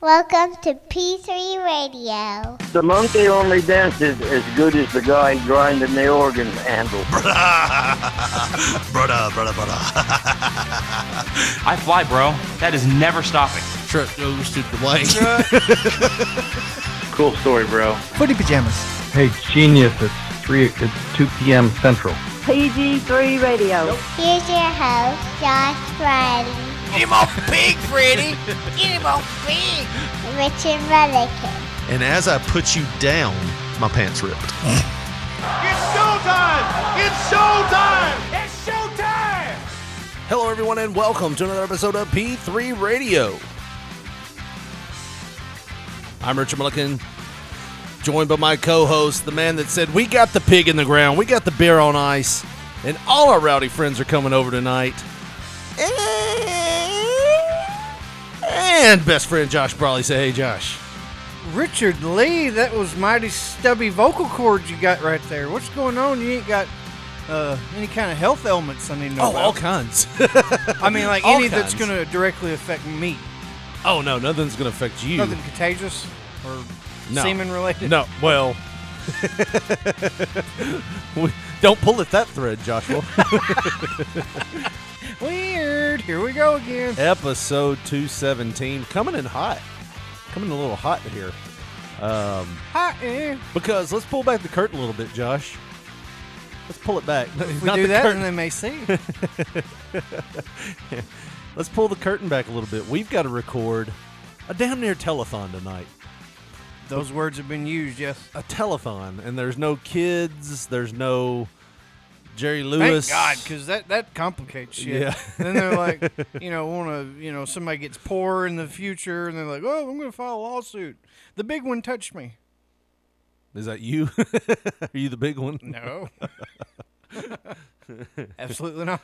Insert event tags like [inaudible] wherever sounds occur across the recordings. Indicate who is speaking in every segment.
Speaker 1: Welcome to P3 Radio.
Speaker 2: The monkey only dances as good as the guy grinding the organ handle.
Speaker 3: brother, brother, brother.
Speaker 4: I fly, bro. That is never stopping.
Speaker 5: Trip goes to the blank.
Speaker 4: Cool story, bro.
Speaker 6: Footy pajamas.
Speaker 7: Hey, genius! It's three. It's two p.m. Central.
Speaker 1: PG3 Radio. Here's your host, Josh Friday.
Speaker 8: Get him off pig, Freddy. Get him off pig.
Speaker 1: Richard Mullican.
Speaker 5: and as I put you down, my pants ripped.
Speaker 8: It's showtime. It's showtime. It's showtime.
Speaker 9: Hello, everyone, and welcome to another episode of P3 Radio. I'm Richard Mullican, joined by my co host, the man that said, We got the pig in the ground, we got the beer on ice, and all our rowdy friends are coming over tonight. And best friend Josh Brawley. Say, Hey, Josh.
Speaker 6: Richard Lee, that was mighty stubby vocal cords you got right there. What's going on? You ain't got uh, any kind of health ailments I need to know
Speaker 9: Oh,
Speaker 6: about.
Speaker 9: all
Speaker 6: [laughs]
Speaker 9: kinds.
Speaker 6: I mean, like
Speaker 9: All
Speaker 6: any that's
Speaker 9: kinds.
Speaker 6: going to directly affect me.
Speaker 9: Oh, no, nothing's going to affect you.
Speaker 6: Nothing contagious or
Speaker 9: No.
Speaker 6: semen related.
Speaker 9: No, well. We- Don't pull at that thread, Joshua.
Speaker 6: [laughs] [laughs] Weird. Here we go again.
Speaker 9: episode 217 coming in hot coming in a little hot here um,
Speaker 6: Hot air.
Speaker 9: because let's pull back the curtain a little bit josh let's pull it back
Speaker 6: If we
Speaker 9: Not
Speaker 6: do
Speaker 9: the
Speaker 6: that,
Speaker 9: curtain.
Speaker 6: and they may see.
Speaker 9: [laughs] let's pull the curtain back a little bit we've got to record a damn near telethon tonight
Speaker 6: Those words have been used, yes.
Speaker 9: a telethon and there's no kids there's no jerry lewis
Speaker 6: Thank God, because that, that complicates shit.
Speaker 9: Yeah.
Speaker 6: [laughs] then they're
Speaker 9: [laughs]
Speaker 6: like, you know, want to, you know, somebody gets poor in the future, and they're like, oh, I'm going to file a lawsuit. The big one touched me.
Speaker 9: is that you [laughs] are you the big one
Speaker 6: No. Absolutely not.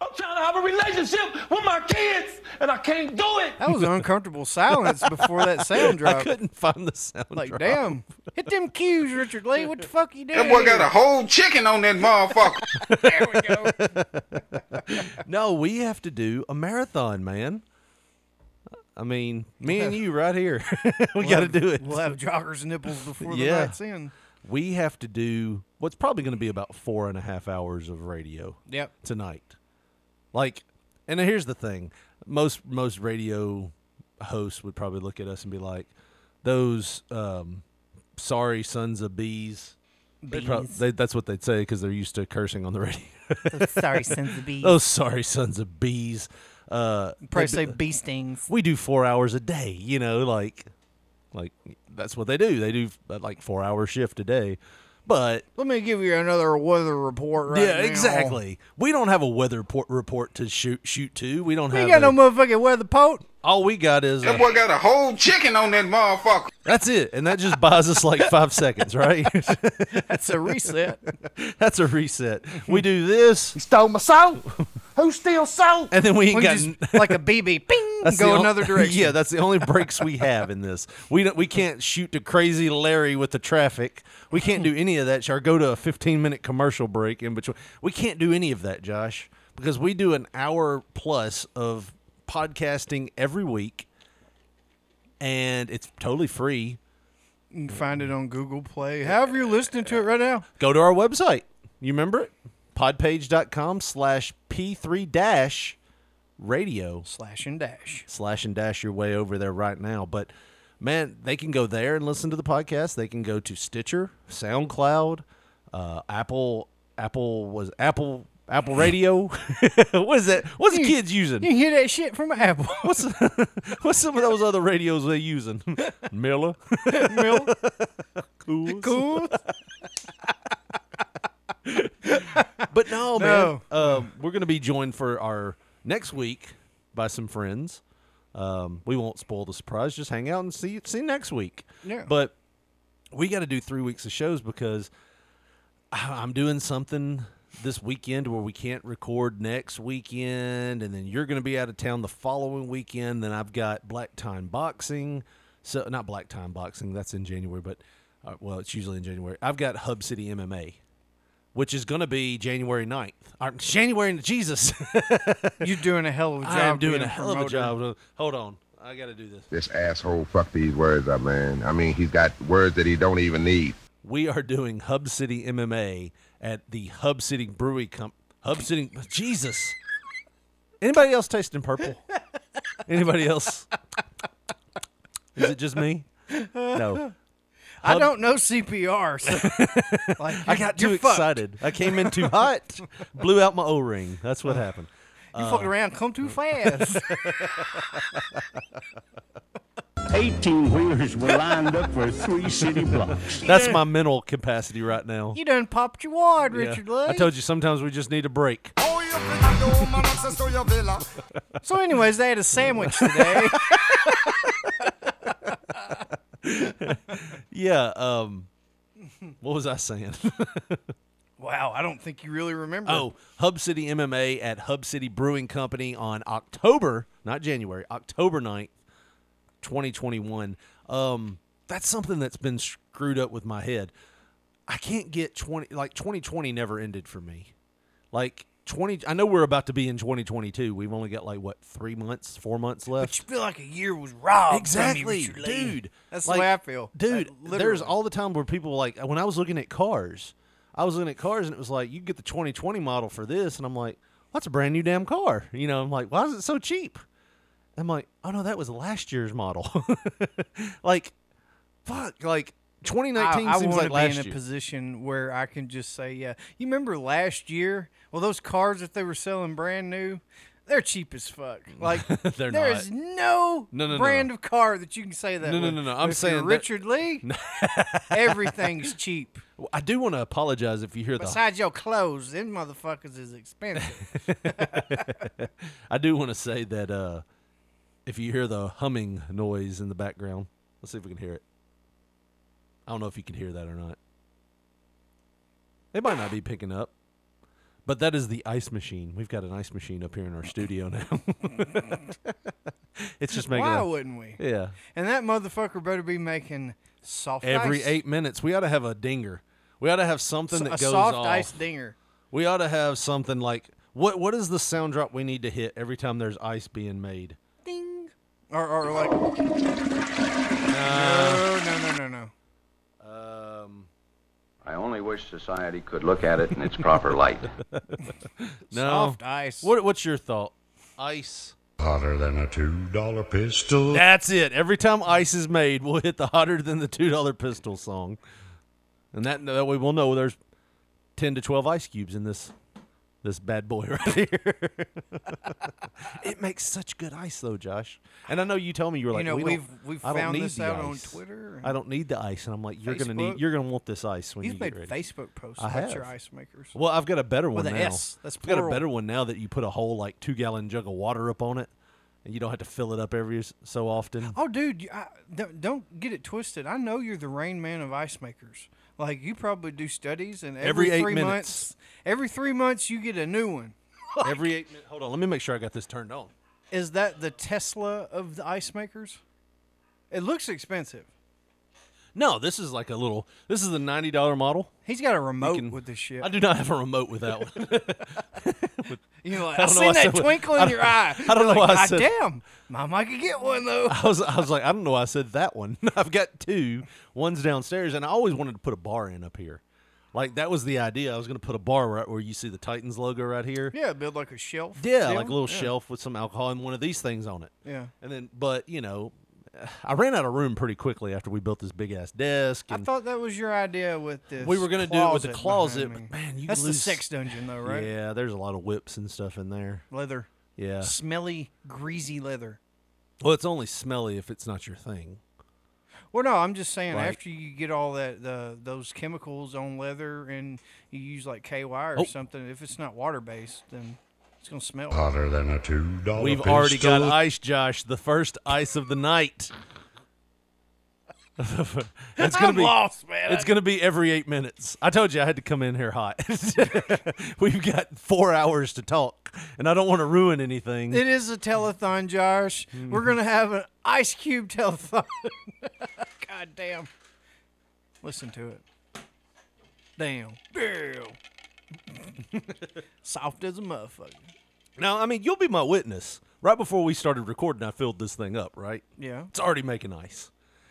Speaker 8: I'm trying to have a relationship with my kids, and I can't do it.
Speaker 6: That was uncomfortable silence before that sound
Speaker 9: [laughs] [laughs] i
Speaker 6: drop.
Speaker 9: couldn't find the sound
Speaker 6: Like,
Speaker 9: drop.
Speaker 6: damn. Hit them cues, Richard Lee. What the fuck you doing?
Speaker 10: That boy got a whole chicken on that motherfucker.
Speaker 6: There we go.
Speaker 9: No, we have to do a marathon, man. I mean, me and you right here. [laughs] we got to do it.
Speaker 6: We'll have joggers' nipples before the
Speaker 9: Yeah.
Speaker 6: night's in.
Speaker 9: We have to do what's probably going to be about four and a half hours of radio
Speaker 6: Yep.
Speaker 9: tonight. Like, and here's the thing: most most radio hosts would probably look at us and be like, "Those um, sorry sons of bees." They prob-
Speaker 6: Bees.
Speaker 9: they, that's what they'd say because they're used to cursing on the [laughs] radio.
Speaker 6: Sorry, sends the bee.
Speaker 9: Those Oh, sorry sons of bees. Uh, they'd
Speaker 6: Probably
Speaker 9: be-
Speaker 6: say bee stings.
Speaker 9: we do four hours a day you know like like that's what they do they do uh, like four hour shift a day but
Speaker 6: Let me give you another weather report right
Speaker 9: yeah
Speaker 6: now.
Speaker 9: exactly we don't have a weather port report to shoot shoot to we don't
Speaker 6: We
Speaker 9: have
Speaker 6: ain't got
Speaker 9: a-
Speaker 6: no motherfucking weather pot.
Speaker 9: all we got is
Speaker 10: That
Speaker 9: uh,
Speaker 10: boy got a whole chicken on that motherfucker.
Speaker 9: that's it and that just buys us like five seconds right [laughs]
Speaker 6: That's a reset.
Speaker 9: that's a reset we do this
Speaker 8: Stole my soul. Who steals soul?
Speaker 9: and then we ain't
Speaker 6: We
Speaker 9: got
Speaker 6: just,
Speaker 9: n-
Speaker 6: [laughs] like a BB, ping,
Speaker 9: [laughs] that's the
Speaker 6: go
Speaker 9: on-
Speaker 6: another direction.
Speaker 9: yeah that's the only breaks we have in this we don't we can't shoot to crazy larry with the traffic we can't do any of that or go to a 15 minute commercial break in between we can't do any of that josh because we do an hour plus of podcasting every week and it's totally free
Speaker 6: You can find it on Google Play. However you're listening to it right now.
Speaker 9: go to our website you remember it podpage.com slash p3 dash radio
Speaker 6: Slash and dash.
Speaker 9: slash and dash your way over there right now. But man, they can go there and listen to the podcast. They can go to Stitcher, SoundCloud, uh, Apple, Apple was Apple Apple Radio. [laughs] what is that? What's the kids
Speaker 6: You
Speaker 9: using?
Speaker 6: can hear that shit from Apple.
Speaker 9: What's [laughs] what's some of those other radios they using? [laughs] Miller, [laughs]
Speaker 6: Real
Speaker 9: cool,
Speaker 6: [laughs] cool.
Speaker 9: But no, man.
Speaker 6: No.
Speaker 9: Um, we're going to be joined for our next week by some friends. Um, we won't spoil the surprise. Just hang out and see see you next week.
Speaker 6: Yeah.
Speaker 9: But we got to do three weeks of shows because I- I'm doing something this weekend where we can't record next weekend, and then you're going to be out of town the following weekend. Then I've got Black Time Boxing. So not Black Time Boxing. That's in January, but uh, well, it's usually in January. I've got Hub City MMA which is going to be January 9th. Or January, Jesus. [laughs]
Speaker 6: You're doing a hell of a job.
Speaker 9: I am doing
Speaker 6: being
Speaker 9: a hell of a
Speaker 6: promoter.
Speaker 9: job. Hold on. I got to do this.
Speaker 3: This asshole fuck these words up, man. I mean, he's got words that he don't even need.
Speaker 9: We are doing Hub City MMA at the Hub City Brewery Comp. Hub City. Jesus. Anybody else tasting
Speaker 6: [laughs]
Speaker 9: purple? Anybody else? Is it just me? No.
Speaker 6: I don't know CPR.
Speaker 9: [laughs]
Speaker 6: So, like,
Speaker 9: I got
Speaker 6: you're
Speaker 9: too
Speaker 6: fucked.
Speaker 9: excited. I came in
Speaker 6: [laughs]
Speaker 9: too hot, blew out my O ring. That's what happened.
Speaker 6: You
Speaker 9: Uh,
Speaker 6: fucked around, come too
Speaker 9: [laughs]
Speaker 6: fast.
Speaker 2: 18 wheelers were lined up for three city blocks.
Speaker 9: That's my mental capacity right now.
Speaker 6: you done popped your wad,
Speaker 9: Yeah.
Speaker 6: Richard Lee.
Speaker 9: I told you sometimes we just need a break.
Speaker 6: So, anyways, they had a sandwich
Speaker 9: [laughs]
Speaker 6: today.
Speaker 9: Yeah. Um, what was I saying? [laughs]
Speaker 6: wow, I don't think you really remember.
Speaker 9: oh, Hub City MMA at Hub City Brewing Company on October, not January, October 9th, 2021. Um, that's something that's been screwed up with my head. I can't get 20, like 2020 never ended for me. Like 20, I know we're about to be in 2022. We've only got like what, three months, four months left?
Speaker 6: but you feel like a year was robbed. from you,
Speaker 9: Exactly,
Speaker 6: Richard Lee.
Speaker 9: dude.
Speaker 6: That's
Speaker 9: Like,
Speaker 6: the way I feel,
Speaker 9: dude.
Speaker 6: Like,
Speaker 9: there's
Speaker 6: literally.
Speaker 9: all the time where people like when I was looking at cars, I was looking at cars and it was like you can get the 2020 model for this, and I'm like, what's a brand new damn car? You know, I'm like, why is it so cheap? I'm like, oh no, that was last year's model. [laughs] like, fuck, like 2019
Speaker 6: I, I
Speaker 9: seems
Speaker 6: wanna
Speaker 9: like
Speaker 6: be
Speaker 9: last
Speaker 6: in a
Speaker 9: year.
Speaker 6: position where I can just say, yeah. You remember last year? Well, those cars that they were selling brand new, they're cheap
Speaker 9: [laughs]
Speaker 6: as fuck. Like
Speaker 9: They're
Speaker 6: there
Speaker 9: not.
Speaker 6: is no,
Speaker 9: No, no, no.
Speaker 6: brand of car that you can say that.
Speaker 9: No, no,
Speaker 6: with.
Speaker 9: no, no. I'm
Speaker 6: If you're
Speaker 9: saying that- [laughs]
Speaker 6: Richard Lee. everything's cheap.
Speaker 9: I do want to apologize if you hear the.
Speaker 6: Besides your clothes, them motherfuckers
Speaker 9: [laughs]
Speaker 6: is expensive.
Speaker 9: I do want to say that uh, if you hear the humming noise in the background, let's see if we can hear it. I don't know if you can hear that or not. It might not be picking up, but that is the ice machine. We've got an ice machine up here in our studio now. [laughs] it's just making.
Speaker 6: Why
Speaker 9: a-
Speaker 6: wouldn't we?
Speaker 9: yeah.
Speaker 6: And that motherfucker better be making soft
Speaker 9: Every
Speaker 6: ice.
Speaker 9: eight minutes, we ought to have a dinger. We ought to have something
Speaker 6: So-
Speaker 9: that
Speaker 6: a
Speaker 9: goes
Speaker 6: soft
Speaker 9: off.
Speaker 6: ice dinger.
Speaker 9: We ought to have something like what? What is the sound drop we need to hit every time there's ice being made?
Speaker 6: Or, or like.
Speaker 9: Uh,
Speaker 6: no, no, no, no, no.
Speaker 3: I only wish society could look at it in its proper light.
Speaker 9: No.
Speaker 6: Soft ice.
Speaker 9: What, what's your thought? Ice.
Speaker 11: Hotter than a $2 pistol.
Speaker 9: That's it. Every time ice is made, we'll hit the hotter than the two dollar pistol song, and that that way we'll know there's ten to twelve ice cubes in this this bad boy [laughs] right here. it makes such good ice though, Josh. And I know you told me you were like,
Speaker 6: know,
Speaker 9: we
Speaker 6: we've-
Speaker 9: don't,
Speaker 6: we've
Speaker 9: I don't
Speaker 6: found
Speaker 9: need
Speaker 6: this
Speaker 9: the
Speaker 6: out on
Speaker 9: ice.
Speaker 6: Twitter and
Speaker 9: I don't need the ice, and I'm like, you're gonna need,
Speaker 6: Facebook.
Speaker 9: you're gonna want this ice when
Speaker 6: You've
Speaker 9: you
Speaker 6: made
Speaker 9: get ready.
Speaker 6: Facebook posts
Speaker 9: I
Speaker 6: about your
Speaker 9: have.
Speaker 6: ice makers.
Speaker 9: Well, I've got a better one
Speaker 6: With
Speaker 9: now.
Speaker 6: an S. That's
Speaker 9: I've got a
Speaker 6: plural.
Speaker 9: better one now that you put a whole like two gallon jug of water up on it, and you don't have to fill it up every s- so often.
Speaker 6: Oh, dude, you- I, don't, don't get it twisted. I know you're the rain man of ice makers. Like you probably do studies, and
Speaker 9: Every
Speaker 6: every,
Speaker 9: eight
Speaker 6: three
Speaker 9: minutes.
Speaker 6: months, every three months you get a new one.
Speaker 9: every eight minutes. Hold on, let me make sure I got this turned on.
Speaker 6: Is that the Tesla of the ice makers? It looks expensive.
Speaker 9: No, this is like a little. This is the ninety dollar model.
Speaker 6: He's got a remote
Speaker 9: can-
Speaker 6: with this shit.
Speaker 9: I do not have a remote with that one. [laughs]
Speaker 6: you know, like,
Speaker 9: I don't know
Speaker 6: I, seen
Speaker 9: why I said-
Speaker 6: that twinkle
Speaker 9: I
Speaker 6: in your eye.
Speaker 9: I don't know why I
Speaker 6: God
Speaker 9: said-
Speaker 6: damn, mom, I could get one though.
Speaker 9: I was, I was like, I don't know. why I said that one. [laughs] I've got two. One's downstairs, and I always wanted to put a bar in up here. Like that was the idea. I was going to put a bar right where you see the Titans logo right here.
Speaker 6: [laughs] Yeah, build like a shelf.
Speaker 9: Yeah,
Speaker 6: deal.
Speaker 9: like a little
Speaker 6: Yeah.
Speaker 9: shelf with some alcohol and one of these things on it.
Speaker 6: Yeah.
Speaker 9: And then, but you know, I ran out of room pretty quickly after we built this big ass desk.
Speaker 6: I
Speaker 9: and-
Speaker 6: thought that was your idea with this.
Speaker 9: We were gonna do it with the closet,
Speaker 6: closet behind
Speaker 9: but
Speaker 6: me.
Speaker 9: man, you
Speaker 6: that's the
Speaker 9: lose-
Speaker 6: sex dungeon though, right?
Speaker 9: Yeah, there's a lot of whips and stuff in there.
Speaker 6: Leather,
Speaker 9: Yeah.
Speaker 6: smelly, greasy leather.
Speaker 9: Well, it's only smelly if it's not your thing.
Speaker 6: Well, no, I'm just saying
Speaker 9: Like-
Speaker 6: after you get all that the those chemicals on leather and you use like KY or
Speaker 9: Oh.
Speaker 6: something, if it's not water based, then it's gonna smell.
Speaker 11: Hotter than a $2 pistol.
Speaker 9: We've already got ice, Josh. The first ice of the night. [laughs] it's gonna
Speaker 6: I'm
Speaker 9: be
Speaker 6: lost, man.
Speaker 9: it's gonna be every eight minutes. I told you I had to come in here hot. [laughs] We've got four hours to talk, and I don't want to ruin anything.
Speaker 6: It is a telethon, Josh.
Speaker 9: Mm-hmm.
Speaker 6: We're gonna have an ice cube telethon. God damn. [laughs] Listen to it. Damn. Damn. Soft as a motherfucker.
Speaker 9: Now, I mean, you'll be my witness. Right before we started recording, I filled this thing up, right?
Speaker 6: Yeah.
Speaker 9: It's already making ice.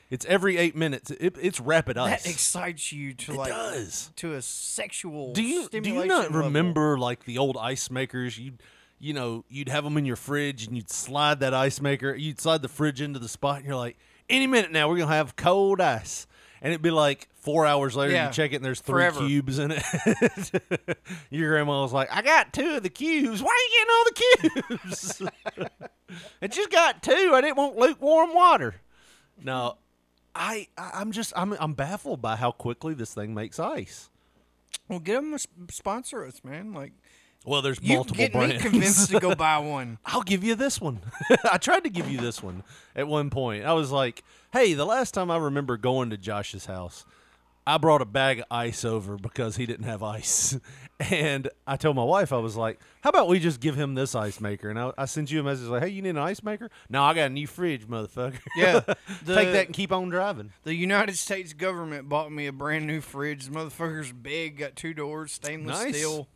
Speaker 9: It's every eight minutes. It, it's rapid ice.
Speaker 6: That excites you to
Speaker 9: It
Speaker 6: like
Speaker 9: does.
Speaker 6: to a sexual.
Speaker 9: do you do you
Speaker 6: stimulation
Speaker 9: not
Speaker 6: level.
Speaker 9: remember like the old ice makers? You you know you'd have them in your fridge and you'd slide that ice maker. You'd slide the fridge into the spot and you're like, any minute now we're gonna have cold ice, and it'd be like four hours later
Speaker 6: Yeah.
Speaker 9: you check it and there's three
Speaker 6: Forever.
Speaker 9: cubes in it. [laughs] your grandma was like, I got two of the cubes. Why are you getting all the cubes? [laughs] I just got two. I didn't want lukewarm water. No, I I- I'm just I'm I'm baffled by how quickly this thing makes ice.
Speaker 6: Well, get them to s- sponsor us, man. Like
Speaker 9: Well, there's
Speaker 6: you
Speaker 9: multiple
Speaker 6: get
Speaker 9: brands.
Speaker 6: me
Speaker 9: [laughs]
Speaker 6: convinced to go buy one.
Speaker 9: I'll give you this one. [laughs] I tried to give you this one at one point. I was like, "Hey, the last time I remember going to Josh's house, I brought a bag of ice over because he didn't have ice." [laughs] And I told my wife, I was like, "How about we just give him this ice maker?" And I, I sent you a message like, "Hey, you need an ice maker? No, I got a new fridge, motherfucker. [laughs]
Speaker 6: Yeah,
Speaker 9: take
Speaker 6: the-
Speaker 9: that and keep on driving."
Speaker 6: The United States government bought me a brand new fridge. The motherfucker's big, got two doors, stainless
Speaker 9: Nice.
Speaker 6: steel.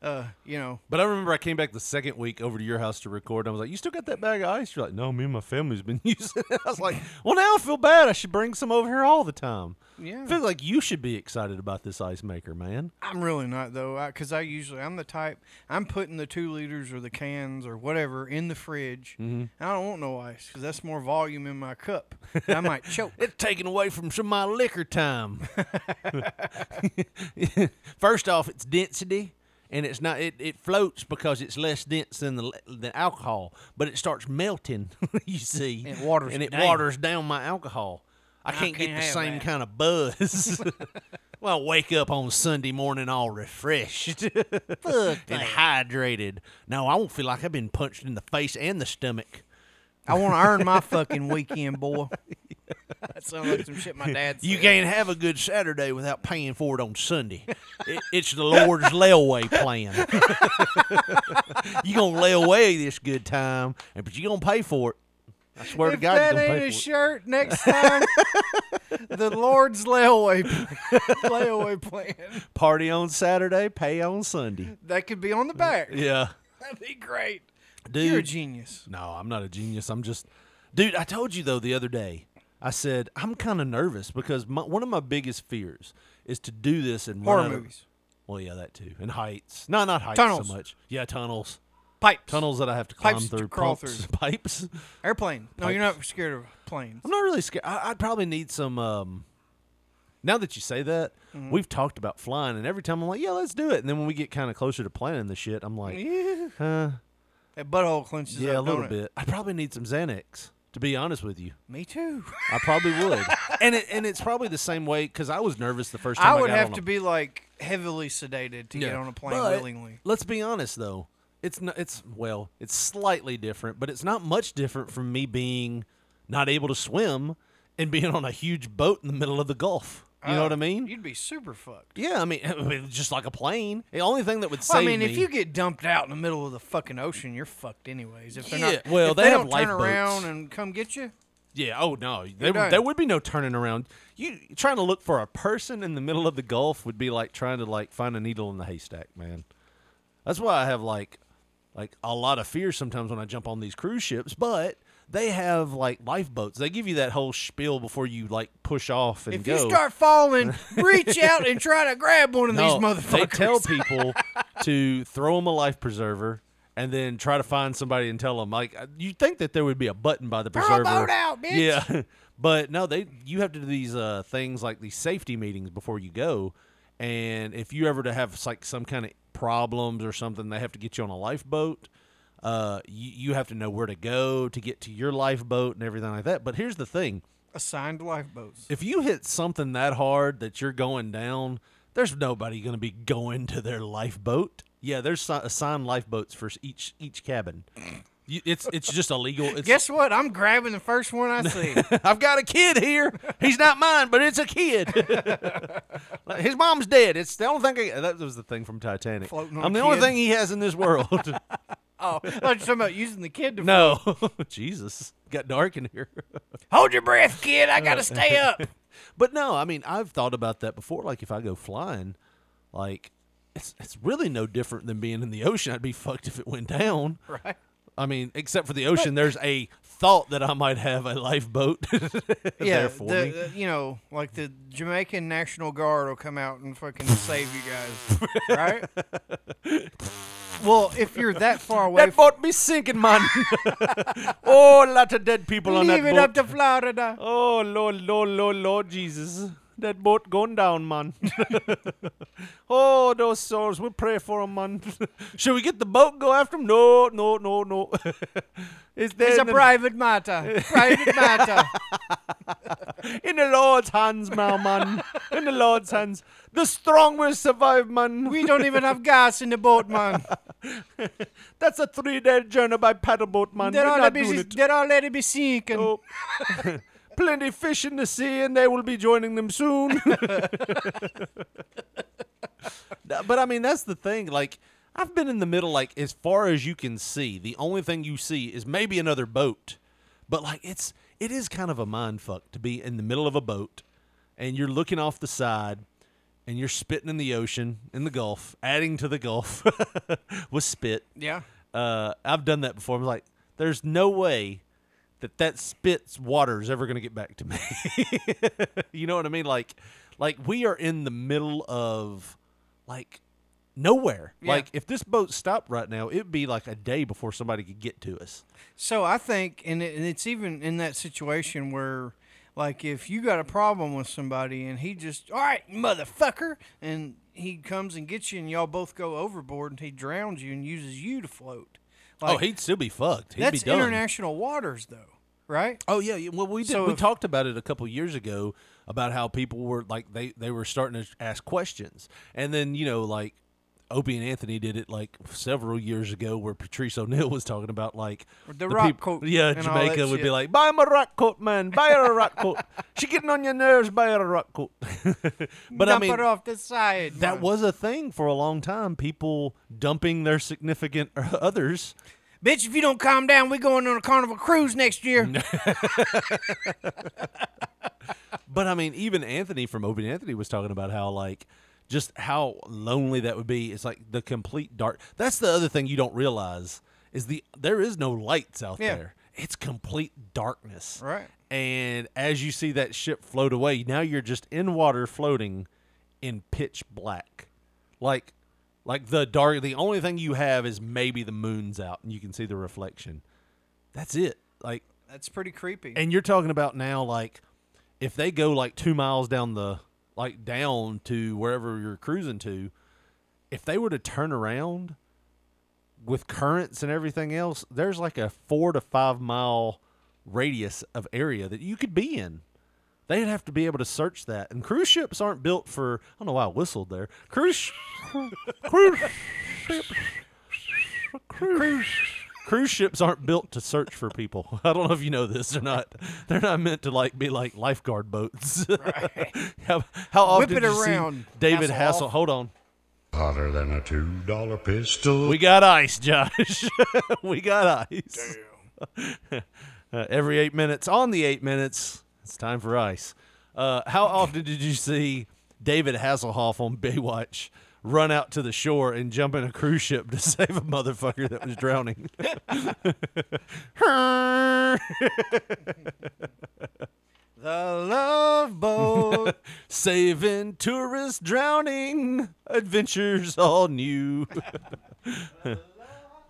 Speaker 6: Uh, you know,
Speaker 9: But I remember I came back the second week over to your house to record. And I was like, "You still got that bag of ice?" You're like, "No, me and my family's been [laughs] using it." I was like, "Well, now I feel bad. I should bring some over here all the time."
Speaker 6: Yeah.
Speaker 9: I feel like you should be excited about this ice maker, man.
Speaker 6: I'm really not though, because I, usually I'm the type I'm putting the two liters or the cans or whatever in the fridge.
Speaker 9: Mm-hmm.
Speaker 6: I don't want no ice because that's more volume in my cup. And
Speaker 9: [laughs]
Speaker 6: I might choke.
Speaker 9: It's taken away from some of my liquor time. [laughs] First off, it's density, and it's not. It, it floats because it's less dense than the li- than alcohol, but it starts melting. [laughs] you see,
Speaker 6: And it waters
Speaker 9: and
Speaker 6: it
Speaker 9: it
Speaker 6: down.
Speaker 9: waters down my alcohol. I can't,
Speaker 6: can't
Speaker 9: get the
Speaker 6: have
Speaker 9: same
Speaker 6: that.
Speaker 9: kind of buzz. [laughs] well, I wake up on Sunday morning all refreshed [laughs] and hydrated. No, I won't feel like I've been punched in the face and the stomach.
Speaker 6: I want to earn my fucking weekend,
Speaker 9: [laughs]
Speaker 6: boy. [laughs] that sounds like some shit my dad
Speaker 9: You
Speaker 6: said.
Speaker 9: can't have a good Saturday without paying for it on Sunday. It, it's the Lord's layaway plan. you gonna lay away this good time, and but you gonna pay for it. I swear
Speaker 6: If
Speaker 9: to God, you
Speaker 6: that
Speaker 9: gonna
Speaker 6: ain't
Speaker 9: pay
Speaker 6: a
Speaker 9: for
Speaker 6: shirt next
Speaker 9: [laughs]
Speaker 6: time, the Lord's layaway [laughs] layaway plan.
Speaker 9: it. Party on Saturday, pay on Sunday.
Speaker 6: That could be on the back. [laughs]
Speaker 9: Yeah,
Speaker 6: That'd be great.
Speaker 9: dude.
Speaker 6: You're a genius.
Speaker 9: No, I'm not a genius. I'm just, dude. I told you though the other day. I said I'm kind of nervous because my, one of my biggest fears is to do this in
Speaker 6: Horror movies.
Speaker 9: Well, yeah, that too, and heights. No, not heights
Speaker 6: Tunnels.
Speaker 9: so much. Yeah, tunnels.
Speaker 6: Pipes.
Speaker 9: tunnels that I have to climb
Speaker 6: Pipes to
Speaker 9: through,
Speaker 6: crawl
Speaker 9: pumps,
Speaker 6: through.
Speaker 9: [laughs] pipes.
Speaker 6: Airplane. No, you're not scared of planes.
Speaker 9: I'm not really scared. I, I'd probably need some. Um, now that you say that,
Speaker 6: Mm-hmm.
Speaker 9: we've talked about flying, and every time I'm like, "Yeah, let's do it," and then when we get kind of closer to planning the shit, I'm like, "Yeah,
Speaker 6: That butthole clenches up.
Speaker 9: a little
Speaker 6: don't it?
Speaker 9: bit." I probably need some Xanax. To be honest with you,
Speaker 6: Me too. [laughs]
Speaker 9: I probably would, and it, and it's probably the same way because I was nervous the first time.
Speaker 6: I
Speaker 9: I
Speaker 6: would
Speaker 9: got
Speaker 6: have
Speaker 9: on
Speaker 6: to
Speaker 9: a-
Speaker 6: be like heavily sedated to get
Speaker 9: Yeah.
Speaker 6: on a plane
Speaker 9: But
Speaker 6: willingly.
Speaker 9: Let's be honest though. It's not, it's well, it's slightly different, but it's not much different from me being not able to swim and being on a huge boat in the middle of the Gulf.
Speaker 6: Oh.
Speaker 9: You know what I mean?
Speaker 6: You'd be super fucked.
Speaker 9: Yeah, I mean, I mean, [laughs] just like a plane. The only thing that would save
Speaker 6: Well, I mean, if
Speaker 9: me-
Speaker 6: you get dumped out in the middle of the fucking ocean, you're fucked anyways. If they're not,
Speaker 9: Yeah, well,
Speaker 6: if
Speaker 9: they have
Speaker 6: don't turn
Speaker 9: lifeboats.
Speaker 6: around and come get you.
Speaker 9: yeah, oh no, there,
Speaker 6: done.
Speaker 9: there would be no turning around. You trying to look for a person in the middle of the Gulf would be like trying to like find a needle in the haystack, man. That's why I have like like a lot of fear sometimes when I jump on these cruise ships, but they have like lifeboats. They give you that whole spiel before you like push off and
Speaker 6: If
Speaker 9: go.
Speaker 6: you
Speaker 9: [laughs]
Speaker 6: start falling, reach out and try to grab one of these
Speaker 9: No,
Speaker 6: motherfuckers.
Speaker 9: They
Speaker 6: [laughs]
Speaker 9: tell people to throw them a life preserver and then try to find somebody and tell them. Like you think that there would be a button by the
Speaker 6: a
Speaker 9: preserver.
Speaker 6: boat out, bitch.
Speaker 9: Yeah, [laughs] but no, they you have to do these uh, things like these safety meetings before you go, and if you ever to have like some kind of problems or something, they have to get you on a lifeboat. Uh, you, you have to know where to go to get to your lifeboat and everything like that. But here's the thing
Speaker 6: assigned lifeboats.
Speaker 9: if you hit something that hard that you're going down, there's nobody going to be going to their lifeboat. Yeah, there's si- assigned lifeboats for each each cabin. You, it's it's just illegal. It's,
Speaker 6: Guess what? I'm grabbing the first one I see.
Speaker 9: [laughs] I've got a kid here. He's not mine, but it's a kid. [laughs] Like, His mom's dead. It's the only thing. I, that was the thing from Titanic.
Speaker 6: Floating on
Speaker 9: I'm
Speaker 6: a
Speaker 9: the only
Speaker 6: kid.
Speaker 9: thing he has in this world. [laughs]
Speaker 6: oh, I was talking about using the kid to
Speaker 9: no, [laughs] Jesus, got dark in here.
Speaker 6: hold your breath, kid. I
Speaker 9: Uh,
Speaker 6: gotta
Speaker 9: [laughs]
Speaker 6: stay up.
Speaker 9: But no, I mean, I've thought about that before. Like, if I go flying, like, it's it's really no different than being in the ocean. I'd be fucked if it went down. [laughs]
Speaker 6: Right.
Speaker 9: I mean, except for the ocean, there's a thought that I might have a lifeboat [laughs] there for
Speaker 6: the,
Speaker 9: me.
Speaker 6: the- you know, like the Jamaican National Guard will come out and fucking save you
Speaker 9: [laughs]
Speaker 6: guys, right? well, if you're that far away,
Speaker 9: that boat be sinking, [laughs] man. oh, a lot of dead people on that
Speaker 6: leave
Speaker 9: boat.
Speaker 6: it up to Florida.
Speaker 9: oh, Lord, Lord, Lord, Lord Jesus. That boat gone down, man. [laughs] oh, those souls. We pray for them, man. [laughs] Should we get the boat and go after them? No, no, no, no. [laughs] it's there
Speaker 6: It's a
Speaker 9: in the- [laughs]
Speaker 6: private matter. Private matter.
Speaker 9: In the Lord's hands, now,
Speaker 6: [laughs]
Speaker 9: man. In the Lord's hands. The strong will survive, man.
Speaker 6: We don't even have gas in the
Speaker 9: [laughs]
Speaker 6: boat, man.
Speaker 9: That's a three-day journey by paddleboat, man.
Speaker 6: They're
Speaker 9: We're
Speaker 6: all,
Speaker 9: not
Speaker 6: be,
Speaker 9: doing it.
Speaker 6: they're already be sinking.
Speaker 9: Oh. [laughs] Plenty fish in the sea, and they will be joining them [laughs] soon. No, but I mean, that's the thing. Like, I've been in the middle, like as far as you can see. The only thing you see is maybe another boat. But like, it's it is kind of a mind fuck to be in the middle of a boat, and you're looking off the side, and you're spitting in the ocean in the Gulf, adding to the Gulf [laughs] with spit.
Speaker 6: Yeah.
Speaker 9: Uh, I've done that before. I'm like, there's no way that that spits water is ever going to get back to me. [laughs] you know what I mean? Like, like we are in the middle of like nowhere.
Speaker 6: Yeah.
Speaker 9: Like, if this boat stopped right now, it'd be like a day before somebody could get to us.
Speaker 6: So I think, and, it, and it's even in that situation where, like, if you got a problem with somebody and he just, all right, motherfucker, and he comes and gets you and y'all both go overboard and he drowns you and uses you to float. Like,
Speaker 9: oh, he'd still be fucked. He'd
Speaker 6: that's
Speaker 9: be done.
Speaker 6: international waters, though, right?
Speaker 9: Oh yeah, yeah, well we did.
Speaker 6: So
Speaker 9: we
Speaker 6: if-
Speaker 9: talked about it a couple years ago about how people were like they they were starting to ask questions, and then you know like Opie and Anthony did it like several years ago where Patrice O'Neill [laughs] was talking about like
Speaker 6: The rock
Speaker 9: peop-
Speaker 6: coat
Speaker 9: Yeah,
Speaker 6: and all that
Speaker 9: Jamaica would be
Speaker 6: shit.
Speaker 9: like, buy him a rock coat, man. Buy her a rock coat. She getting on your nerves. Buy her a rock coat. [laughs] but I
Speaker 6: Dump
Speaker 9: mean,
Speaker 6: it off the side.
Speaker 9: that
Speaker 6: man.
Speaker 9: was a thing for a long time. People dumping their significant [laughs] others.
Speaker 6: bitch. If you don't calm down, we going on a carnival cruise next year.
Speaker 9: But I mean, even Anthony from Open Anthony was talking about how like just how lonely that would be. It's like the complete dark. That's the other thing you don't realize is the there is no lights out
Speaker 6: Yeah.
Speaker 9: there. It's complete darkness.
Speaker 6: Right.
Speaker 9: And as you see that ship float away, now you're just in water floating in pitch black. Like like the dark the only thing you have is maybe the moon's out and you can see the reflection. That's it. Like
Speaker 6: [laughs] That's pretty creepy.
Speaker 9: and you're talking about now, like, if they go like two miles down the, like, down to wherever you're cruising to, if they were to turn around with currents and everything else, there's like a four to five mile radius of area that you could be in. They'd have to be able to search that. And cruise ships aren't built for, I don't know why I whistled there. Cruise, sh- cruise, ships- cruise, cruise ships aren't built to search for people. [laughs] I don't know if you know this or not. They're not meant to like be like lifeguard boats. [laughs] how, how often
Speaker 6: Whip it
Speaker 9: did you see
Speaker 6: around,
Speaker 9: David
Speaker 6: Hasselhoff.
Speaker 9: Hassel? Hold on.
Speaker 11: Hotter than a two dollar pistol.
Speaker 9: We got ice, Josh. [laughs] we got ice. Uh, every eight minutes, on the eight minutes, it's time for ice. Uh, how often did you see David Hasselhoff on Baywatch run out to the shore and jump in a cruise ship to [laughs] save a motherfucker that was drowning?
Speaker 6: [laughs] the love boat.
Speaker 9: [laughs] Saving tourists drowning, adventures all new. [laughs]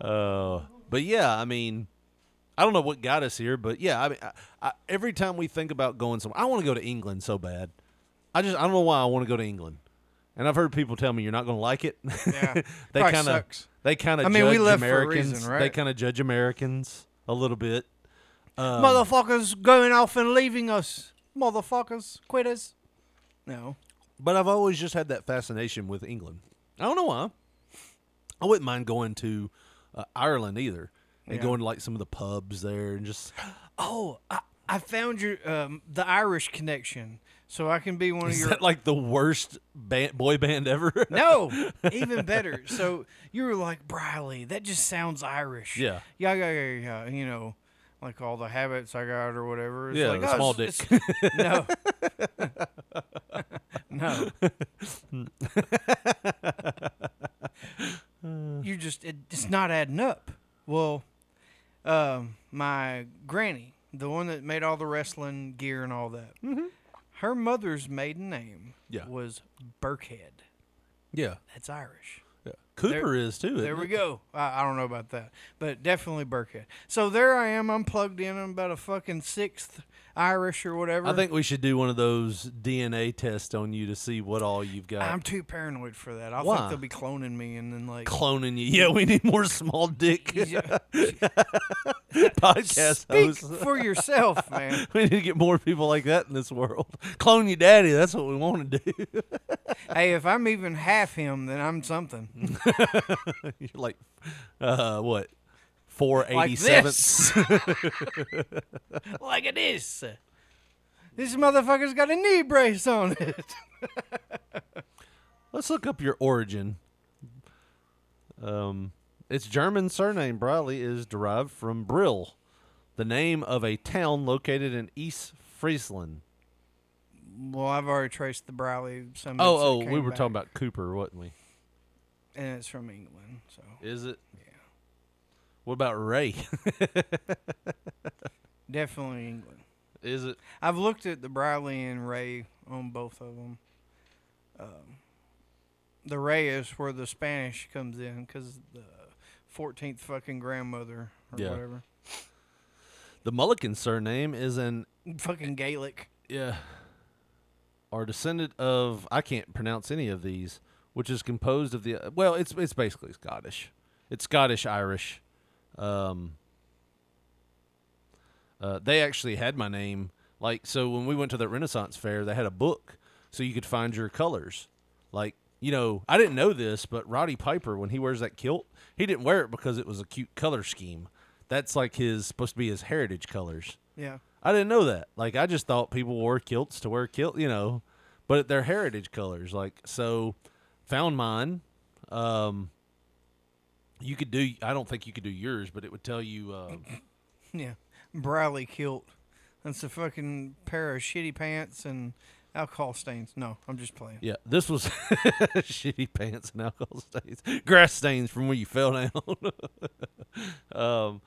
Speaker 9: Oh, but yeah, I mean, I don't know what got us here, but yeah, I mean, I, I, every time we think about going somewhere, I want to go to England so bad. I just I don't know why I want to go to England, and I've heard people tell me you're not going to like it.
Speaker 6: Yeah.
Speaker 9: [laughs] they
Speaker 6: Probably
Speaker 9: kind of
Speaker 6: sucks.
Speaker 9: they kind of.
Speaker 6: I mean, we left for a
Speaker 9: Americans.
Speaker 6: reason, right?
Speaker 9: They kind of judge Americans a little bit.
Speaker 6: Motherfuckers going off and leaving us. Motherfuckers, quitters. No.
Speaker 9: But I've always just had that fascination with England. I don't know why. I wouldn't mind going to uh, Ireland either and
Speaker 6: Yeah.
Speaker 9: going to like some of the pubs there and just. [laughs]
Speaker 6: Oh, I, I found your um, the Irish connection, so I can be one
Speaker 9: Is
Speaker 6: of your.
Speaker 9: that like the worst band, boy band ever? [laughs]
Speaker 6: no, even better. So you were like Briley. That just sounds Irish.
Speaker 9: Yeah.
Speaker 6: Yeah, yeah, yeah, yeah. You know, like all the habits I got or whatever. It's
Speaker 9: Yeah,
Speaker 6: like,
Speaker 9: the
Speaker 6: oh,
Speaker 9: small
Speaker 6: it's-
Speaker 9: dick.
Speaker 6: it's- No. [laughs]
Speaker 9: [laughs]
Speaker 6: no.
Speaker 9: [laughs]
Speaker 6: you just it, it's not adding up. Well, um, my granny, the one that made all the wrestling gear and all that, her mother's maiden name
Speaker 9: Mm-hmm. Yeah.
Speaker 6: was Burkhead.
Speaker 9: Yeah.
Speaker 6: That's Irish.
Speaker 9: Yeah. Cooper
Speaker 6: is
Speaker 9: is too. isn't
Speaker 6: There we
Speaker 9: it?
Speaker 6: go. I, I don't know about that, but definitely Burkhead. So there I am. I'm plugged in. I'm about a fucking sixth Irish or whatever.
Speaker 9: I think we should do one of those DNA tests on you to see what all you've got.
Speaker 6: I'm too paranoid for that. I
Speaker 9: Why?
Speaker 6: think they'll be cloning me and then like [laughs]
Speaker 9: cloning you. Yeah, we need more small dick [laughs] podcast
Speaker 6: Speak
Speaker 9: hosts.
Speaker 6: for yourself, man.
Speaker 9: [laughs] we need to get more people like that in this world. [laughs] Clone your daddy. That's what we want to do. [laughs]
Speaker 6: hey, if I'm even half him, then I'm something.
Speaker 9: You're like, uh, what? Four eighty
Speaker 6: Like this. [laughs]
Speaker 9: sevenths.
Speaker 6: like it is. This motherfucker's got a knee brace on
Speaker 9: [laughs]
Speaker 6: it.
Speaker 9: Let's look up your origin. Um, its German surname Briley is derived from Brill, the name of a town located in East Friesland.
Speaker 6: Well, I've already traced the Briley. Some
Speaker 9: Oh, oh, we were talking about Cooper, wasn't we?
Speaker 6: and it's from England. So
Speaker 9: Is it? Yeah. What about Ray?
Speaker 6: definitely England.
Speaker 9: is it?
Speaker 6: I've looked at the Briley and Ray on both of them. Um, the Ray is where the Spanish comes in because the 14th fucking grandmother or
Speaker 9: Yeah.
Speaker 6: whatever.
Speaker 9: [laughs] The Mulligan surname is an
Speaker 6: Fucking Gaelic.
Speaker 9: yeah, are descendant of I can't pronounce any of these, which is composed of the uh, well, it's it's basically Scottish, it's Scottish Irish. Um, uh, they actually had my name like so when we went to the Renaissance fair, they had a book so you could find your colors, like. You know, I didn't know this, but Roddy Piper, when he wears that kilt, he didn't wear it because it was a cute color scheme. That's like his supposed to be his heritage colors.
Speaker 6: Yeah.
Speaker 9: I didn't know that. Like I just thought people wore kilts to wear kilt, you know, but they're heritage colors. Like so, found mine. Um, you could do. I don't think you could do yours, but it would tell you. Um,
Speaker 6: Yeah. Briley kilt. That's a fucking pair of shitty pants and alcohol stains. No, I'm just playing.
Speaker 9: yeah, this was [laughs] shitty pants and alcohol stains, grass stains from where you fell down. [laughs] um,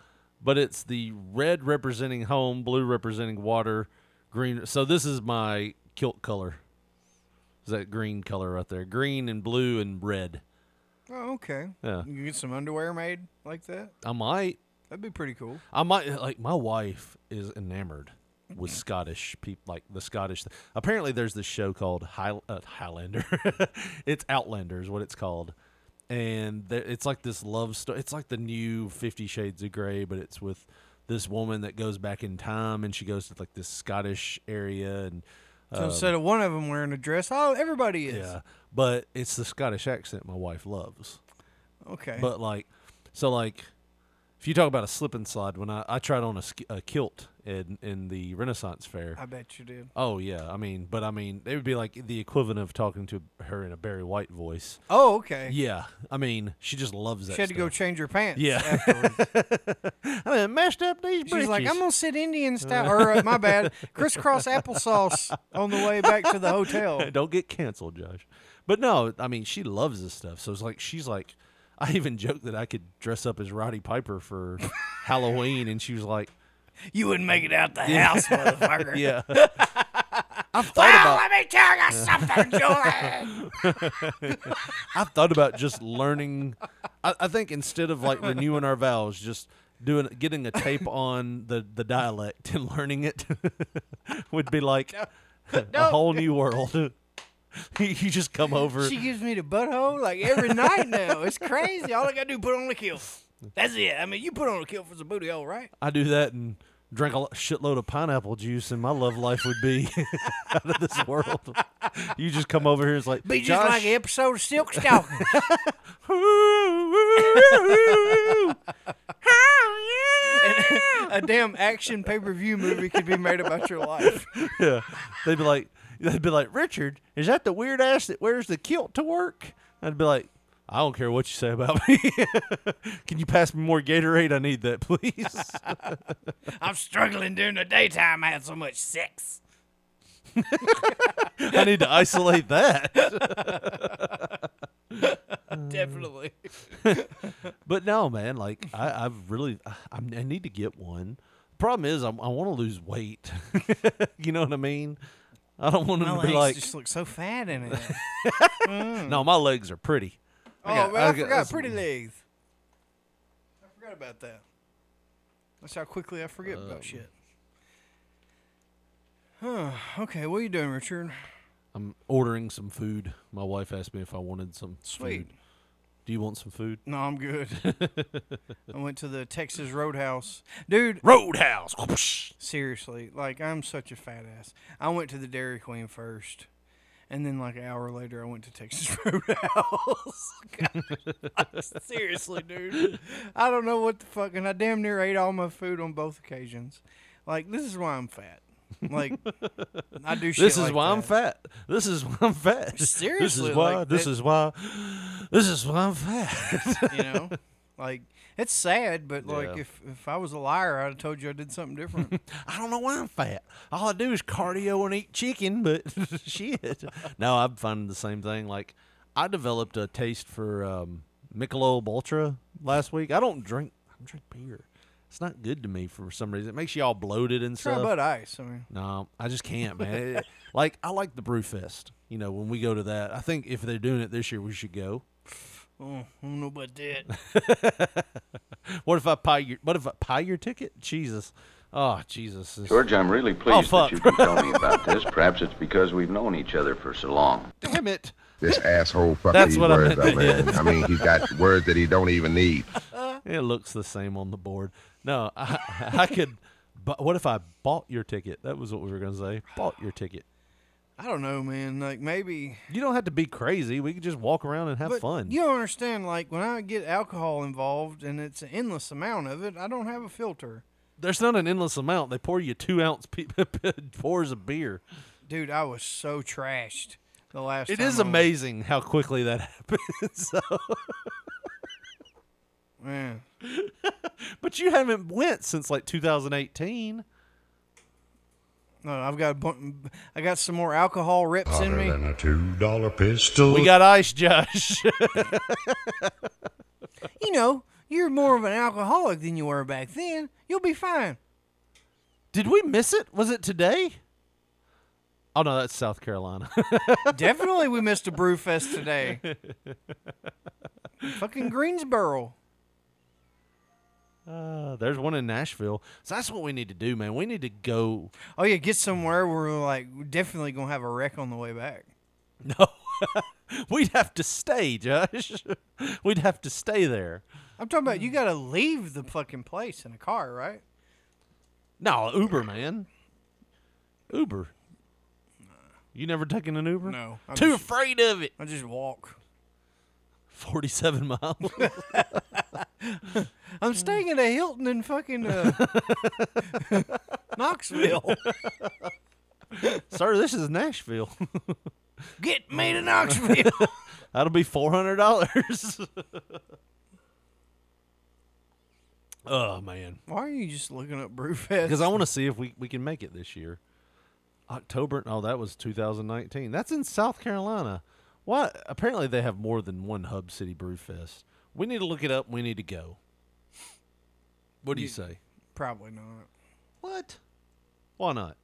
Speaker 9: but it's the red representing home, blue representing water, green. So this is my kilt color. Is that green color right there? Green and blue and red.
Speaker 6: Oh, okay.
Speaker 9: Yeah.
Speaker 6: You get some underwear made like that?
Speaker 9: I might.
Speaker 6: That'd be pretty cool.
Speaker 9: I might like my wife is enamored with Scottish people, like the Scottish. Apparently, there's this show called High, uh, Highlander. [laughs] it's Outlander is what it's called, and there, it's like this love story. It's like the new Fifty Shades of Grey, but it's with this woman that goes back in time, and she goes to like this Scottish area, and
Speaker 6: So instead of one of them wearing a dress, oh, everybody is.
Speaker 9: Um, yeah, uh, but it's the Scottish accent my wife loves.
Speaker 6: Okay.
Speaker 9: But like, so like, if you talk about a slip and slide, when I, I tried on a, sk- a kilt in in the Renaissance fair.
Speaker 6: I bet you did.
Speaker 9: oh yeah, I mean, but I mean, it would be like the equivalent of talking to her in a Barry White voice.
Speaker 6: Oh, okay.
Speaker 9: Yeah, I mean, she just loves that.
Speaker 6: she had to go
Speaker 9: stuff.
Speaker 6: change her pants.
Speaker 9: Yeah.
Speaker 6: Afterwards.
Speaker 9: I mean, mashed up these
Speaker 6: She's like,
Speaker 9: britches."
Speaker 6: I'm gonna sit Indian style, or uh,
Speaker 9: [laughs]
Speaker 6: my bad, crisscross applesauce on the way back to the hotel.
Speaker 9: [laughs] Don't get canceled, Josh. But no, I mean, she loves this stuff. So it's like she's like, I even joked that I could dress up as Roddy Piper
Speaker 6: [laughs]
Speaker 9: for Halloween, and she was like,
Speaker 6: You wouldn't make it out the house,
Speaker 9: [laughs]
Speaker 6: motherfucker.
Speaker 9: Yeah, I've thought about.
Speaker 1: me tell you something,
Speaker 9: [laughs]
Speaker 1: Julie.
Speaker 9: I've thought about just learning. I, I think instead of like renewing our vows, just doing getting a tape on the the dialect and learning it [laughs] would be like [laughs] a whole new world. [laughs] you just come over.
Speaker 6: She gives me the butthole like every night now. It's crazy. All I gotta do put on a kill. That's it. I mean, you put on a kill for some booty hole, right?
Speaker 9: I do that and drink a lo- shitload of pineapple juice, and my love life would be [laughs] out of this world. You just come over here. It's like
Speaker 6: Be just like an episode
Speaker 9: [laughs]
Speaker 6: of Silk Stalking. [laughs] a damn action pay per view movie could be made about your
Speaker 9: [laughs]
Speaker 6: life.
Speaker 9: yeah. They'd be like, they'd be like, Richard, is that the weird ass that wears the kilt to work? I'd be like, I don't care what you say about me. [laughs] Can you pass me more Gatorade? I need that, please. [laughs]
Speaker 6: I'm struggling during the daytime. I had so much sex.
Speaker 9: I need to isolate that. [laughs]
Speaker 6: Definitely.
Speaker 9: but no, man. Like I, I've really, I, I'm- I need to get one. Problem is, I'm, I want to lose weight. [laughs] you know what I mean? I don't want
Speaker 6: My
Speaker 9: to be
Speaker 6: legs
Speaker 9: like.
Speaker 6: just look so fat
Speaker 9: [laughs]
Speaker 6: in it. Mm.
Speaker 9: No, my legs are pretty.
Speaker 6: Oh,
Speaker 9: got-
Speaker 6: man, I,
Speaker 9: got-
Speaker 6: forgot pretty legs. I forgot about that. That's how quickly I forget
Speaker 9: Um,
Speaker 6: about shit. [sighs] Huh. Okay, what are you doing, Richard?
Speaker 9: I'm ordering some food. My wife asked me if I wanted some
Speaker 6: Sweet.
Speaker 9: food. Do you want some food?
Speaker 6: No,
Speaker 9: [laughs]
Speaker 6: I'm good. I went to the Texas Roadhouse. Dude.
Speaker 9: Roadhouse. [laughs]
Speaker 6: Seriously, like, I'm such a fat ass. I went to the Dairy Queen first. And then, like, an hour later, I went to Texas [laughs] Roadhouse. God, [laughs] seriously, dude. I don't know what the fuck. And I damn near ate all my food on both occasions. Like, this is why I'm fat. Like,
Speaker 9: [laughs]
Speaker 6: I do shit
Speaker 9: This is
Speaker 6: like
Speaker 9: why I'm
Speaker 6: that.
Speaker 9: fat. This is why I'm fat. [laughs] This
Speaker 6: Seriously,
Speaker 9: is why.
Speaker 6: like,
Speaker 9: this
Speaker 6: that-
Speaker 9: is why. This is why I'm fat. [laughs]
Speaker 6: you know like it's sad but like
Speaker 9: Yeah.
Speaker 6: if, if i was a liar i'd have told you i did
Speaker 9: [laughs]
Speaker 6: something different
Speaker 9: I don't know why I'm fat. All I do is cardio and eat chicken, but [laughs] shit. No, I'm finding the same thing. Like, I developed a taste for um, Michelob Ultra last week. I don't drink. I don't drink beer. It's not good to me for some reason. It makes you all bloated and
Speaker 6: try
Speaker 9: stuff.
Speaker 6: bud ice i mean
Speaker 9: No, I just can't, man. It- [laughs] like I like the Brewfest. You know, when we go to that, I think if they're doing it this year, we should go.
Speaker 6: oh, i don't know about that
Speaker 9: What if I pie your? What if I pie your ticket? Jesus, oh Jesus, this-
Speaker 12: George, I'm really
Speaker 9: Oh,
Speaker 12: pleased
Speaker 9: fuck.
Speaker 12: that you can tell
Speaker 9: [laughs]
Speaker 12: me about this. Perhaps it's because we've known each other for so long.
Speaker 9: Damn it!
Speaker 3: This asshole fucking
Speaker 9: That's
Speaker 3: these
Speaker 9: what I
Speaker 3: words
Speaker 9: meant
Speaker 3: up,
Speaker 9: to [laughs]
Speaker 3: man.
Speaker 9: hit.
Speaker 3: I mean, he's got words that he don't even need.
Speaker 9: It looks the same on the board. No, I, I could. But what if I bought your ticket? That was what we were gonna say. Bought your ticket.
Speaker 6: i don't know man like maybe
Speaker 9: You don't have to be crazy. We could just walk around and have
Speaker 6: but
Speaker 9: fun.
Speaker 6: you don't understand like when i get alcohol involved and it's an endless amount of it i don't have a filter
Speaker 9: There's not an endless amount. They pour you two ounce pe- [laughs] pours of beer.
Speaker 6: dude i was so trashed the last
Speaker 9: It
Speaker 6: time
Speaker 9: is
Speaker 6: I went.
Speaker 9: amazing how quickly that [laughs] happens. So-
Speaker 6: man
Speaker 9: but you haven't went since like 2018.
Speaker 6: no i've got a bun- i got some more alcohol rips in
Speaker 11: Hotter
Speaker 6: me
Speaker 11: than a two dollar pistol.
Speaker 9: We got ice, Josh.
Speaker 6: you know you're more of an alcoholic than you were back then you'll be fine
Speaker 9: Did we miss it? Was it today? Oh no, that's South Carolina. [laughs]
Speaker 6: Definitely, we missed a brew fest today. Fucking Greensboro.
Speaker 9: uh, there's one in Nashville. So that's what we need to do, man. We need to go. [laughs]
Speaker 6: Oh yeah, get somewhere where we're like we're definitely gonna have a wreck on the way back.
Speaker 9: No, we'd have to stay, Josh. [laughs] We'd have to stay there.
Speaker 6: I'm talking about you gotta leave the fucking place in a car, right?
Speaker 9: No, Uber, man. Uber. You never taken an Uber?
Speaker 6: No, I
Speaker 9: Too
Speaker 6: just-
Speaker 9: afraid of it.
Speaker 6: I just walk.
Speaker 9: 47 miles. [laughs]
Speaker 6: I'm staying at a Hilton in fucking uh, [laughs] Knoxville.
Speaker 9: Sir, this is Nashville. [laughs]
Speaker 6: Get me to Knoxville.
Speaker 9: That'll be four hundred dollars. [laughs] oh man,
Speaker 6: Why are you just looking up Brewfest?
Speaker 9: because I want to see if we we can make it this year. October? Oh, that was 2019. That's in South Carolina. What? Apparently, they have more than one Hub City Brewfest. We need to look it up. We need to go. What do you say?
Speaker 6: probably not.
Speaker 9: What? Why not?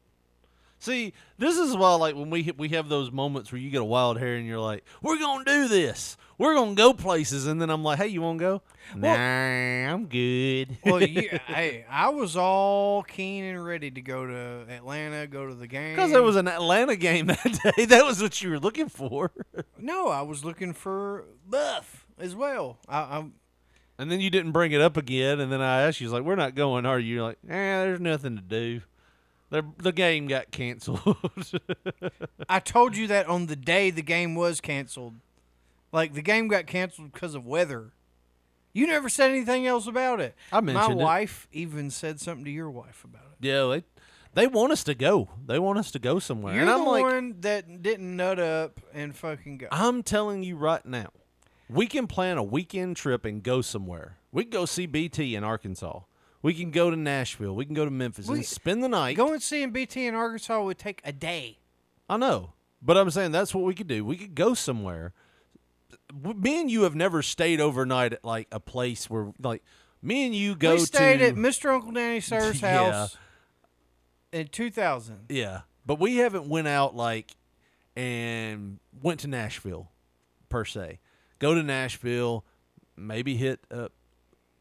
Speaker 9: See, this is why, like, when we hit, we have those moments where you get a wild hair and you're like, "We're gonna do this. We're gonna go places," and then I'm like, "Hey, you wanna go?" nah, I'm good.
Speaker 6: Well, yeah, [laughs] hey, I was all keen and ready to go to Atlanta, go to the game.
Speaker 9: because there was an Atlanta game that [laughs] day. That was what you were looking for,
Speaker 6: No, I was looking for Buff as well. I, I
Speaker 9: and then you didn't bring it up again. And then I asked you, "Like, we're not going, are you?" You're like, "Eh, there's nothing to do. The the game got canceled." [laughs]
Speaker 6: I told you that on the day the game was canceled. Like the game got canceled because of weather. You never said anything else about it.
Speaker 9: I mentioned it.
Speaker 6: my wife even said something to your wife about it.
Speaker 9: yeah, they they want us to go. They want us to go somewhere,
Speaker 6: You're
Speaker 9: and
Speaker 6: the
Speaker 9: I'm like.
Speaker 6: one that didn't nut up and fucking go.
Speaker 9: I'm telling you right now, we can plan a weekend trip and go somewhere. We can go see BT in Arkansas. We can go to Nashville. We can go to Memphis
Speaker 6: We-
Speaker 9: and spend the night.
Speaker 6: Going seeing BT in Arkansas would take a day.
Speaker 9: I know, but I'm saying that's what we could do. We could go somewhere. W- Me and you have never stayed overnight at like a place where like me and you go
Speaker 6: we stayed
Speaker 9: to
Speaker 6: at Mr. Uncle Danny
Speaker 9: [laughs]
Speaker 6: Sir's
Speaker 9: Yeah.
Speaker 6: house in 2000.
Speaker 9: Yeah, but we haven't went out like and went to Nashville per se. Go to Nashville, maybe hit a,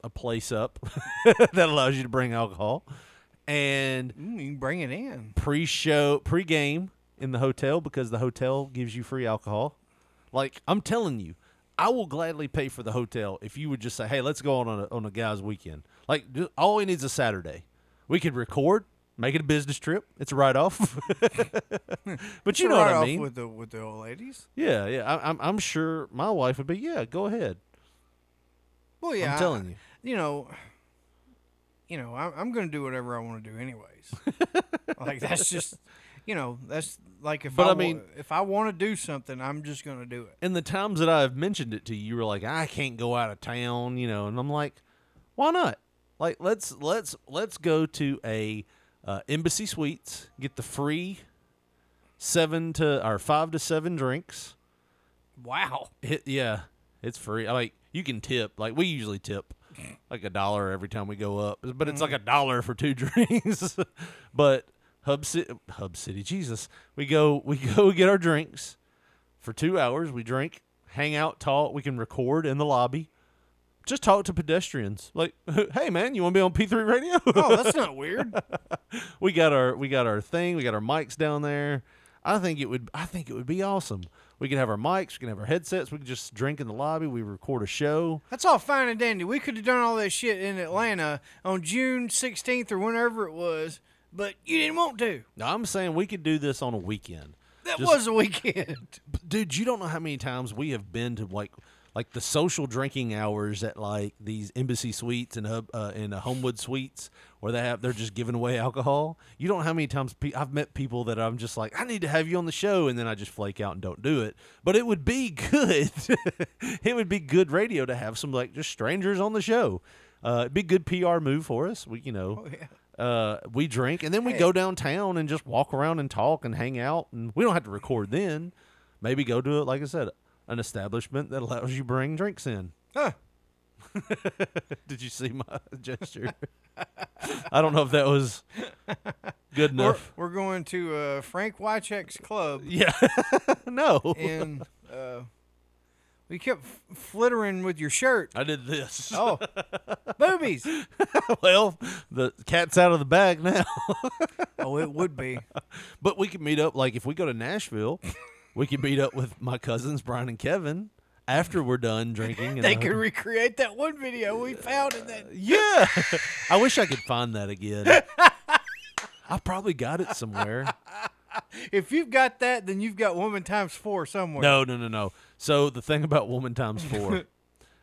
Speaker 9: a place up [laughs] that allows you to bring alcohol, and
Speaker 6: Mm, you can bring it in
Speaker 9: pre-show, pre-game in the hotel because the hotel gives you free alcohol. Like I'm telling you, I will gladly pay for the hotel if you would just say, "Hey, let's go on a, on a guys' weekend." Like ju- all he needs is a Saturday. We could record, make it a business trip. It's a write off, [laughs] but
Speaker 6: It's
Speaker 9: you
Speaker 6: a
Speaker 9: know what I
Speaker 6: write-off
Speaker 9: mean.
Speaker 6: With the with the old ladies.
Speaker 9: yeah, yeah. I, I'm I'm sure my wife would be. Yeah, go ahead.
Speaker 6: Well, yeah. I-
Speaker 9: telling you.
Speaker 6: You know. You know, I'm, I'm going to do whatever I want to do, anyways.
Speaker 9: [laughs]
Speaker 6: like that's just, you know, that's like if
Speaker 9: But
Speaker 6: I,
Speaker 9: I
Speaker 6: wa-
Speaker 9: mean-
Speaker 6: if I want to do something, I'm just going to do it.
Speaker 9: And the times that I've mentioned it to you, you were like, "I can't go out of town," you know, and I'm like, "Why not? Like, let's let's let's go to a uh, Embassy Suites, get the free seven to or five to seven drinks.
Speaker 6: Wow.
Speaker 9: It, yeah, it's free. I like you can tip. Like we usually tip like a dollar every time we go up, but it's like a dollar for two [laughs] drinks. but Hub City, Hub City, Jesus, we go we [laughs] go get our drinks for two hours. We drink, hang out, talk. We can record in the lobby. Just talk to pedestrians. Like, [laughs] hey man, you want to be on P three radio? [laughs]
Speaker 6: Oh, that's not weird.
Speaker 9: we got our we got our thing. We got our mics down there. I think it would I think it would be awesome. We could have our mics. We can have our headsets. We could just drink in the lobby. We record a show.
Speaker 6: That's all fine and dandy. We could have done all that shit in Atlanta on June 16th or whenever it was, but you didn't want to.
Speaker 9: Now, I'm saying we could do this on a weekend.
Speaker 6: That
Speaker 9: Just-
Speaker 6: was
Speaker 9: [laughs]
Speaker 6: a weekend.
Speaker 9: dude. You don't know how many times we have been to like like the social drinking hours at like these embassy suites and hub uh, and uh, Homewood suites where they have they're just giving away alcohol. You don't know how many times pe- I've met people that I'm just like I need to have you on the show and then I just flake out and don't do it. But it would be [laughs] good. it would be good radio to have some like just strangers on the show. Uh, it'd be a good PR move for us. We you know. Uh, we drink and then we
Speaker 6: Hey.
Speaker 9: go downtown and just walk around and talk and hang out and we don't have to record then maybe go to like i said an establishment that allows you bring drinks in
Speaker 6: Huh.
Speaker 9: [laughs] did you see my [laughs] gesture i don't know if that was good
Speaker 6: We're-
Speaker 9: enough
Speaker 6: [laughs] We're, going to uh, Frank Wycheck's
Speaker 9: [laughs]
Speaker 6: club.
Speaker 9: yeah no
Speaker 6: And uh, we kept f- flittering with your shirt.
Speaker 9: i did this
Speaker 6: Oh, boobies.
Speaker 9: [laughs] well the cat's out of the bag now [laughs]
Speaker 6: Oh, it would be.
Speaker 9: but we could meet up like if we go to nashville we could meet up with my cousins brian and kevin after we're done
Speaker 6: [laughs]
Speaker 9: drinking in
Speaker 6: They
Speaker 9: the
Speaker 6: could
Speaker 9: hotel.
Speaker 6: recreate that one video we found in that.
Speaker 9: Uh, Yeah. [laughs] I wish I could find that [laughs] again. I probably got it [laughs] somewhere.
Speaker 6: If you've got that, then you've got woman times four somewhere.
Speaker 9: No, no, no, no. So the thing about Woman Times [laughs] Four,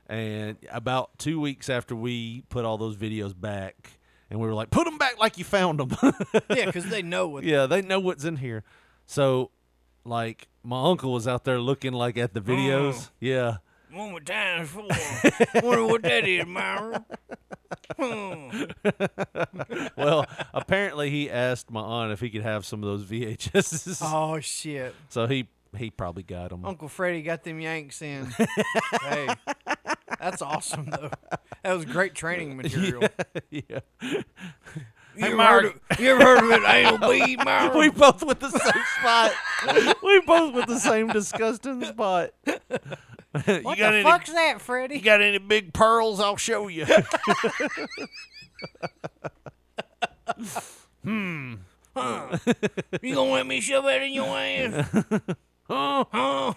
Speaker 9: and about two weeks after we put all those videos back, and we were like, put them back like you found them. [laughs]
Speaker 6: Yeah, because they know what.
Speaker 9: yeah, they know what's in here. So, like, my uncle was out there looking like at the videos. Yeah.
Speaker 6: Woman times four. Wonder what that is, Myra. Hmm.
Speaker 9: well, [laughs] apparently he asked my aunt if he could have some of those VHSs.
Speaker 6: Oh shit.
Speaker 9: So he he probably got them.
Speaker 6: Uncle Freddie got them Yanks in. hey, that's awesome though. That was great training material.
Speaker 9: [laughs] yeah.
Speaker 6: You, ever heard of, you ever heard of it? Anal
Speaker 9: [laughs]
Speaker 6: bead, Myra?
Speaker 9: We both with the same [laughs] spot. we both with the same disgusting spot. you
Speaker 6: What
Speaker 9: got
Speaker 6: the
Speaker 9: any?
Speaker 6: fuck's that, Freddie?
Speaker 9: You got any big pearls? I'll show [laughs] you. hmm.
Speaker 6: Huh. You gonna let me shove it in your
Speaker 9: [laughs]
Speaker 6: ass?
Speaker 9: Huh?
Speaker 6: Huh?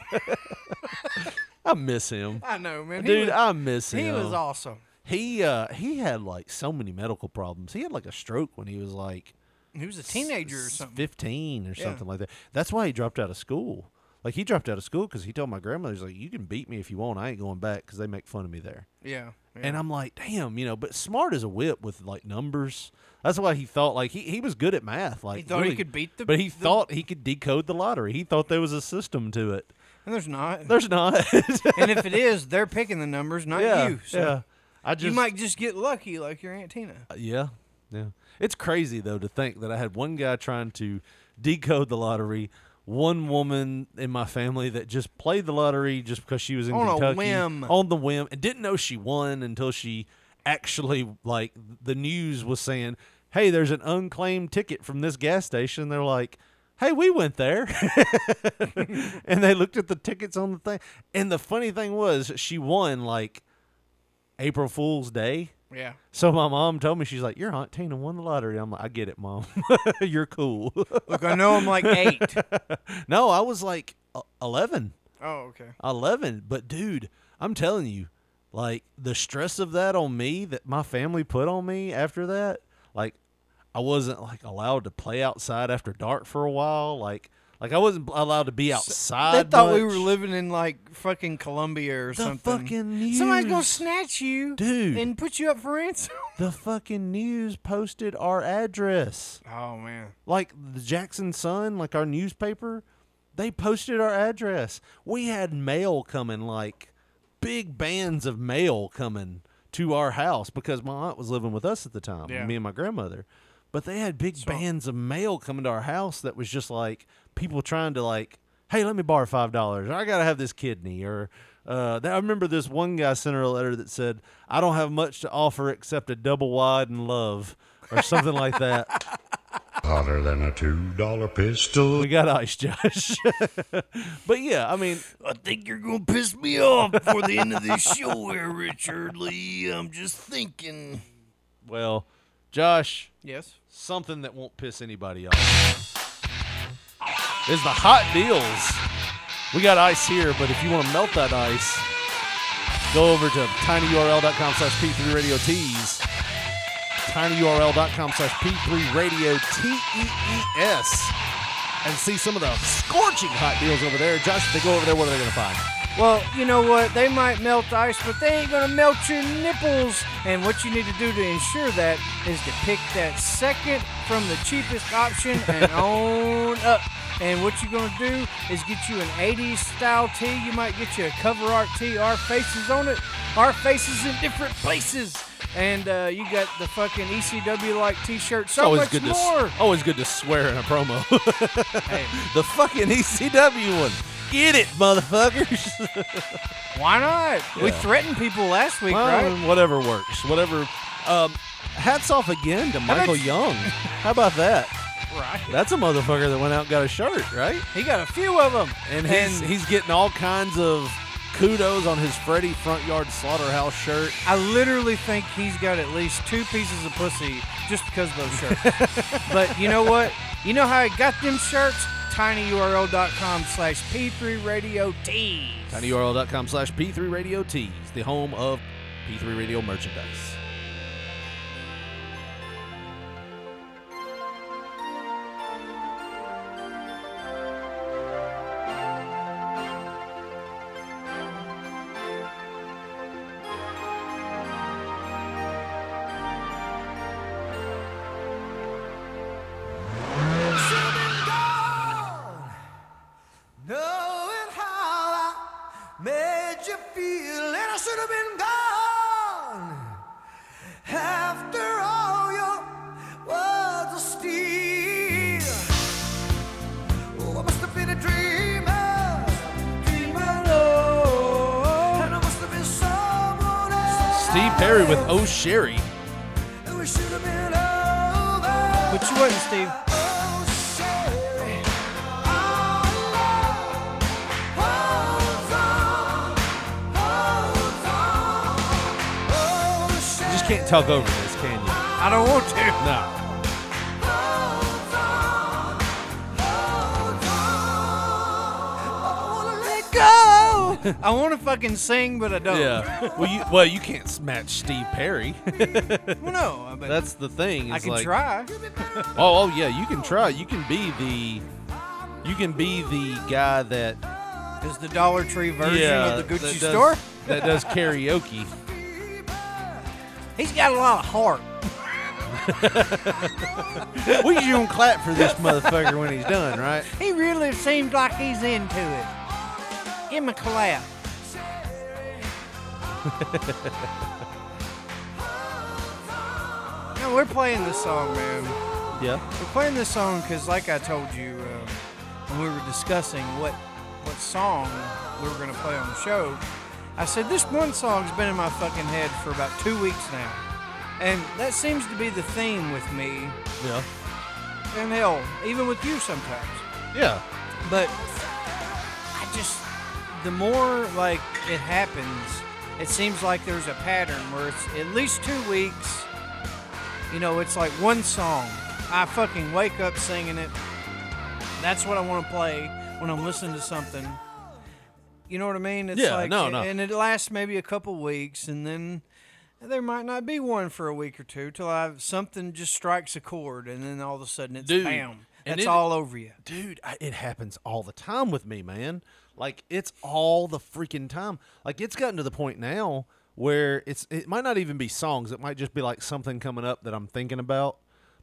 Speaker 9: I miss him,
Speaker 6: I know, man. He
Speaker 9: dude.
Speaker 6: was-
Speaker 9: I miss him.
Speaker 6: He was awesome.
Speaker 9: He uh, he had like so many medical problems. He had like a stroke when he was like
Speaker 6: He was a teenager or something.
Speaker 9: 15 or
Speaker 6: Yeah.
Speaker 9: something like that. That's why he dropped out of school. Like he dropped out of school because he told my grandmother, he's like, "You can beat me if you want. I ain't going back because they make fun of me there."
Speaker 6: Yeah. yeah.
Speaker 9: And I'm like, "Damn, you know." But smart as a whip with like numbers. That's why he thought like he, he was good at math. Like
Speaker 6: thought he
Speaker 9: really-
Speaker 6: could beat the-
Speaker 9: but he
Speaker 6: the-
Speaker 9: thought he could decode the lottery. He thought there was a system to it.
Speaker 6: and there's
Speaker 9: [laughs]
Speaker 6: not.
Speaker 9: There's not.
Speaker 6: and if it is, they're picking the numbers, not
Speaker 9: yeah,
Speaker 6: you. So
Speaker 9: yeah. I just Uh,
Speaker 6: you might just get lucky like your Aunt Tina.
Speaker 9: Yeah, yeah. It's crazy though to think that I had one guy trying to decode the lottery, one woman in my family that just played the lottery just because she was in
Speaker 6: On a
Speaker 9: Kentucky
Speaker 6: whim.
Speaker 9: on the whim and didn't know she won until she actually like the news was saying, "Hey, there's an unclaimed ticket from this gas station." They're like, "Hey, we went there." [laughs] and they looked at the tickets on the thing. And the funny thing was, she won like April Fool's Day.
Speaker 6: Yeah.
Speaker 9: So my mom told me she's like, "Your aunt Tina won the lottery." I'm like, "I get it, mom. [laughs] You're cool." [laughs]
Speaker 6: Look, I know I'm like eight.
Speaker 9: no, I was like uh, eleven.
Speaker 6: Oh, okay.
Speaker 9: Eleven, but dude, I'm telling you, like the stress of that on me that my family put on me after that, like I wasn't like allowed to play outside after dark for a while, like. Like I wasn't allowed to be
Speaker 6: They
Speaker 9: outside.
Speaker 6: thought we
Speaker 9: much.
Speaker 6: were living in like fucking Colombia or
Speaker 9: The
Speaker 6: something.
Speaker 9: fucking
Speaker 6: Somebody's gonna
Speaker 9: news.
Speaker 6: snatch you,
Speaker 9: Dude.
Speaker 6: and put you up for ransom. [laughs]
Speaker 9: The fucking news posted our address.
Speaker 6: Oh man.
Speaker 9: Like the Jackson Sun, like our newspaper, they posted our address. We had mail coming, like big bands of mail coming to our house because my aunt was living with us at the time,
Speaker 6: Yeah.
Speaker 9: me and my grandmother. But they had big bands of mail coming to our house that was just like people trying to like, hey, let me borrow five dollars, or I gotta have this kidney, or uh, that, I remember this one guy sent her a letter that said, I don't have much to offer except a double wide and love, or something like that.
Speaker 11: Hotter than a $2 pistol.
Speaker 9: We got ice, Josh. [laughs] but yeah, I mean,
Speaker 13: I think you're gonna piss me off before the end of this show, here, Richard Lee. I'm just thinking.
Speaker 9: well, Josh.
Speaker 6: Yes.
Speaker 9: Something that won't piss anybody off is the hot deals. We got ice here, but if you want to melt that ice, go over to tinyurl.com slash p3 radio tees. Tinyurl.com slash p3 radio T E E S. And see some of the scorching hot deals over there. Josh, if they go over there, what are they going to find?
Speaker 6: Well, you know what? They might melt ice, but they ain't gonna melt your nipples. And what you need to do to ensure that is to pick that second from the cheapest option
Speaker 9: [laughs]
Speaker 6: and on up. And what you're gonna do is get you an 80s style tee. You might get you a cover art tee, our faces on it, our faces in different places. And uh, you got the fucking ECW like t shirt. So
Speaker 9: always
Speaker 6: much
Speaker 9: good
Speaker 6: more.
Speaker 9: To, s- always good to swear in a promo. [laughs] The fucking ECW one. Get it, motherfuckers. [laughs]
Speaker 6: Why not? We
Speaker 9: Yeah.
Speaker 6: threatened people last week,
Speaker 9: Well,
Speaker 6: right?
Speaker 9: Whatever works. Whatever. Um, hats off again to
Speaker 6: about
Speaker 9: Michael
Speaker 6: you-
Speaker 9: Young. How about that?
Speaker 6: Right.
Speaker 9: That's a motherfucker that went out and got a shirt, right?
Speaker 6: He got a few of them.
Speaker 9: And he's,
Speaker 6: And-
Speaker 9: he's getting all kinds of kudos on his Freddy Front Yard Slaughterhouse shirt.
Speaker 6: I literally think he's got at least two pieces of pussy just because of those shirts. but you know what? You know how I got them shirts? tinyurl.com slash p3 radio t.
Speaker 9: tinyurl.com slash p3 radio tees the home of p3 radio merchandise
Speaker 13: Knowing how I made you feel, and I should have been gone. After all, your words are steel. Oh, I must have been a dreamer, dreamer, oh, and I must have been someone else.
Speaker 9: steve perry with oh sherry
Speaker 13: And we should have been over. Oh,
Speaker 6: But you wasn't, Steve.
Speaker 9: You just can't talk over this can you
Speaker 6: i don't want to
Speaker 9: no
Speaker 6: Let go! [laughs] I want to fucking sing, but I don't.
Speaker 9: yeah well you well you can't match steve perry [laughs]
Speaker 6: well, no, I bet
Speaker 9: that's the thing
Speaker 6: I
Speaker 9: is
Speaker 6: can
Speaker 9: like-
Speaker 6: try.
Speaker 9: oh, oh yeah, you can try. You can be the, you can be the guy that
Speaker 6: Is the Dollar Tree version
Speaker 9: yeah,
Speaker 6: of the Gucci
Speaker 9: that does-
Speaker 6: store?
Speaker 9: that does [laughs] karaoke.
Speaker 6: He's got a lot of heart.
Speaker 9: we just gonna clap for this motherfucker when he's done, right?
Speaker 6: He really seems like he's into it. Give him a clap. [laughs] No, we're playing this song, man.
Speaker 9: yeah.
Speaker 6: We're playing this song because, like I told you, um, and we were discussing what what song we were going to play on the show, I said this one song's been in my fucking head for about two weeks now, and that seems to be the theme with me,
Speaker 9: Yeah.
Speaker 6: and hell, even with you sometimes.
Speaker 9: Yeah.
Speaker 6: But I just the more like it happens, it seems like there's a pattern where it's at least two weeks. You know, it's like one song. I fucking wake up singing it. That's what I want to play when I'm listening to something. You know what I mean? It's
Speaker 9: Yeah,
Speaker 6: like,
Speaker 9: no, no.
Speaker 6: And it lasts maybe a couple weeks, and then there might not be one for a week or two till I something just strikes a chord, and then all of a sudden it's
Speaker 9: Dude,
Speaker 6: bam.
Speaker 9: and
Speaker 6: That's
Speaker 9: it-
Speaker 6: all over you.
Speaker 9: Dude, I, it happens all the time with me, man. Like it's all the freaking time. Like it's gotten to the point now where it's it might not even be songs. It might just be like something coming up that I'm thinking about.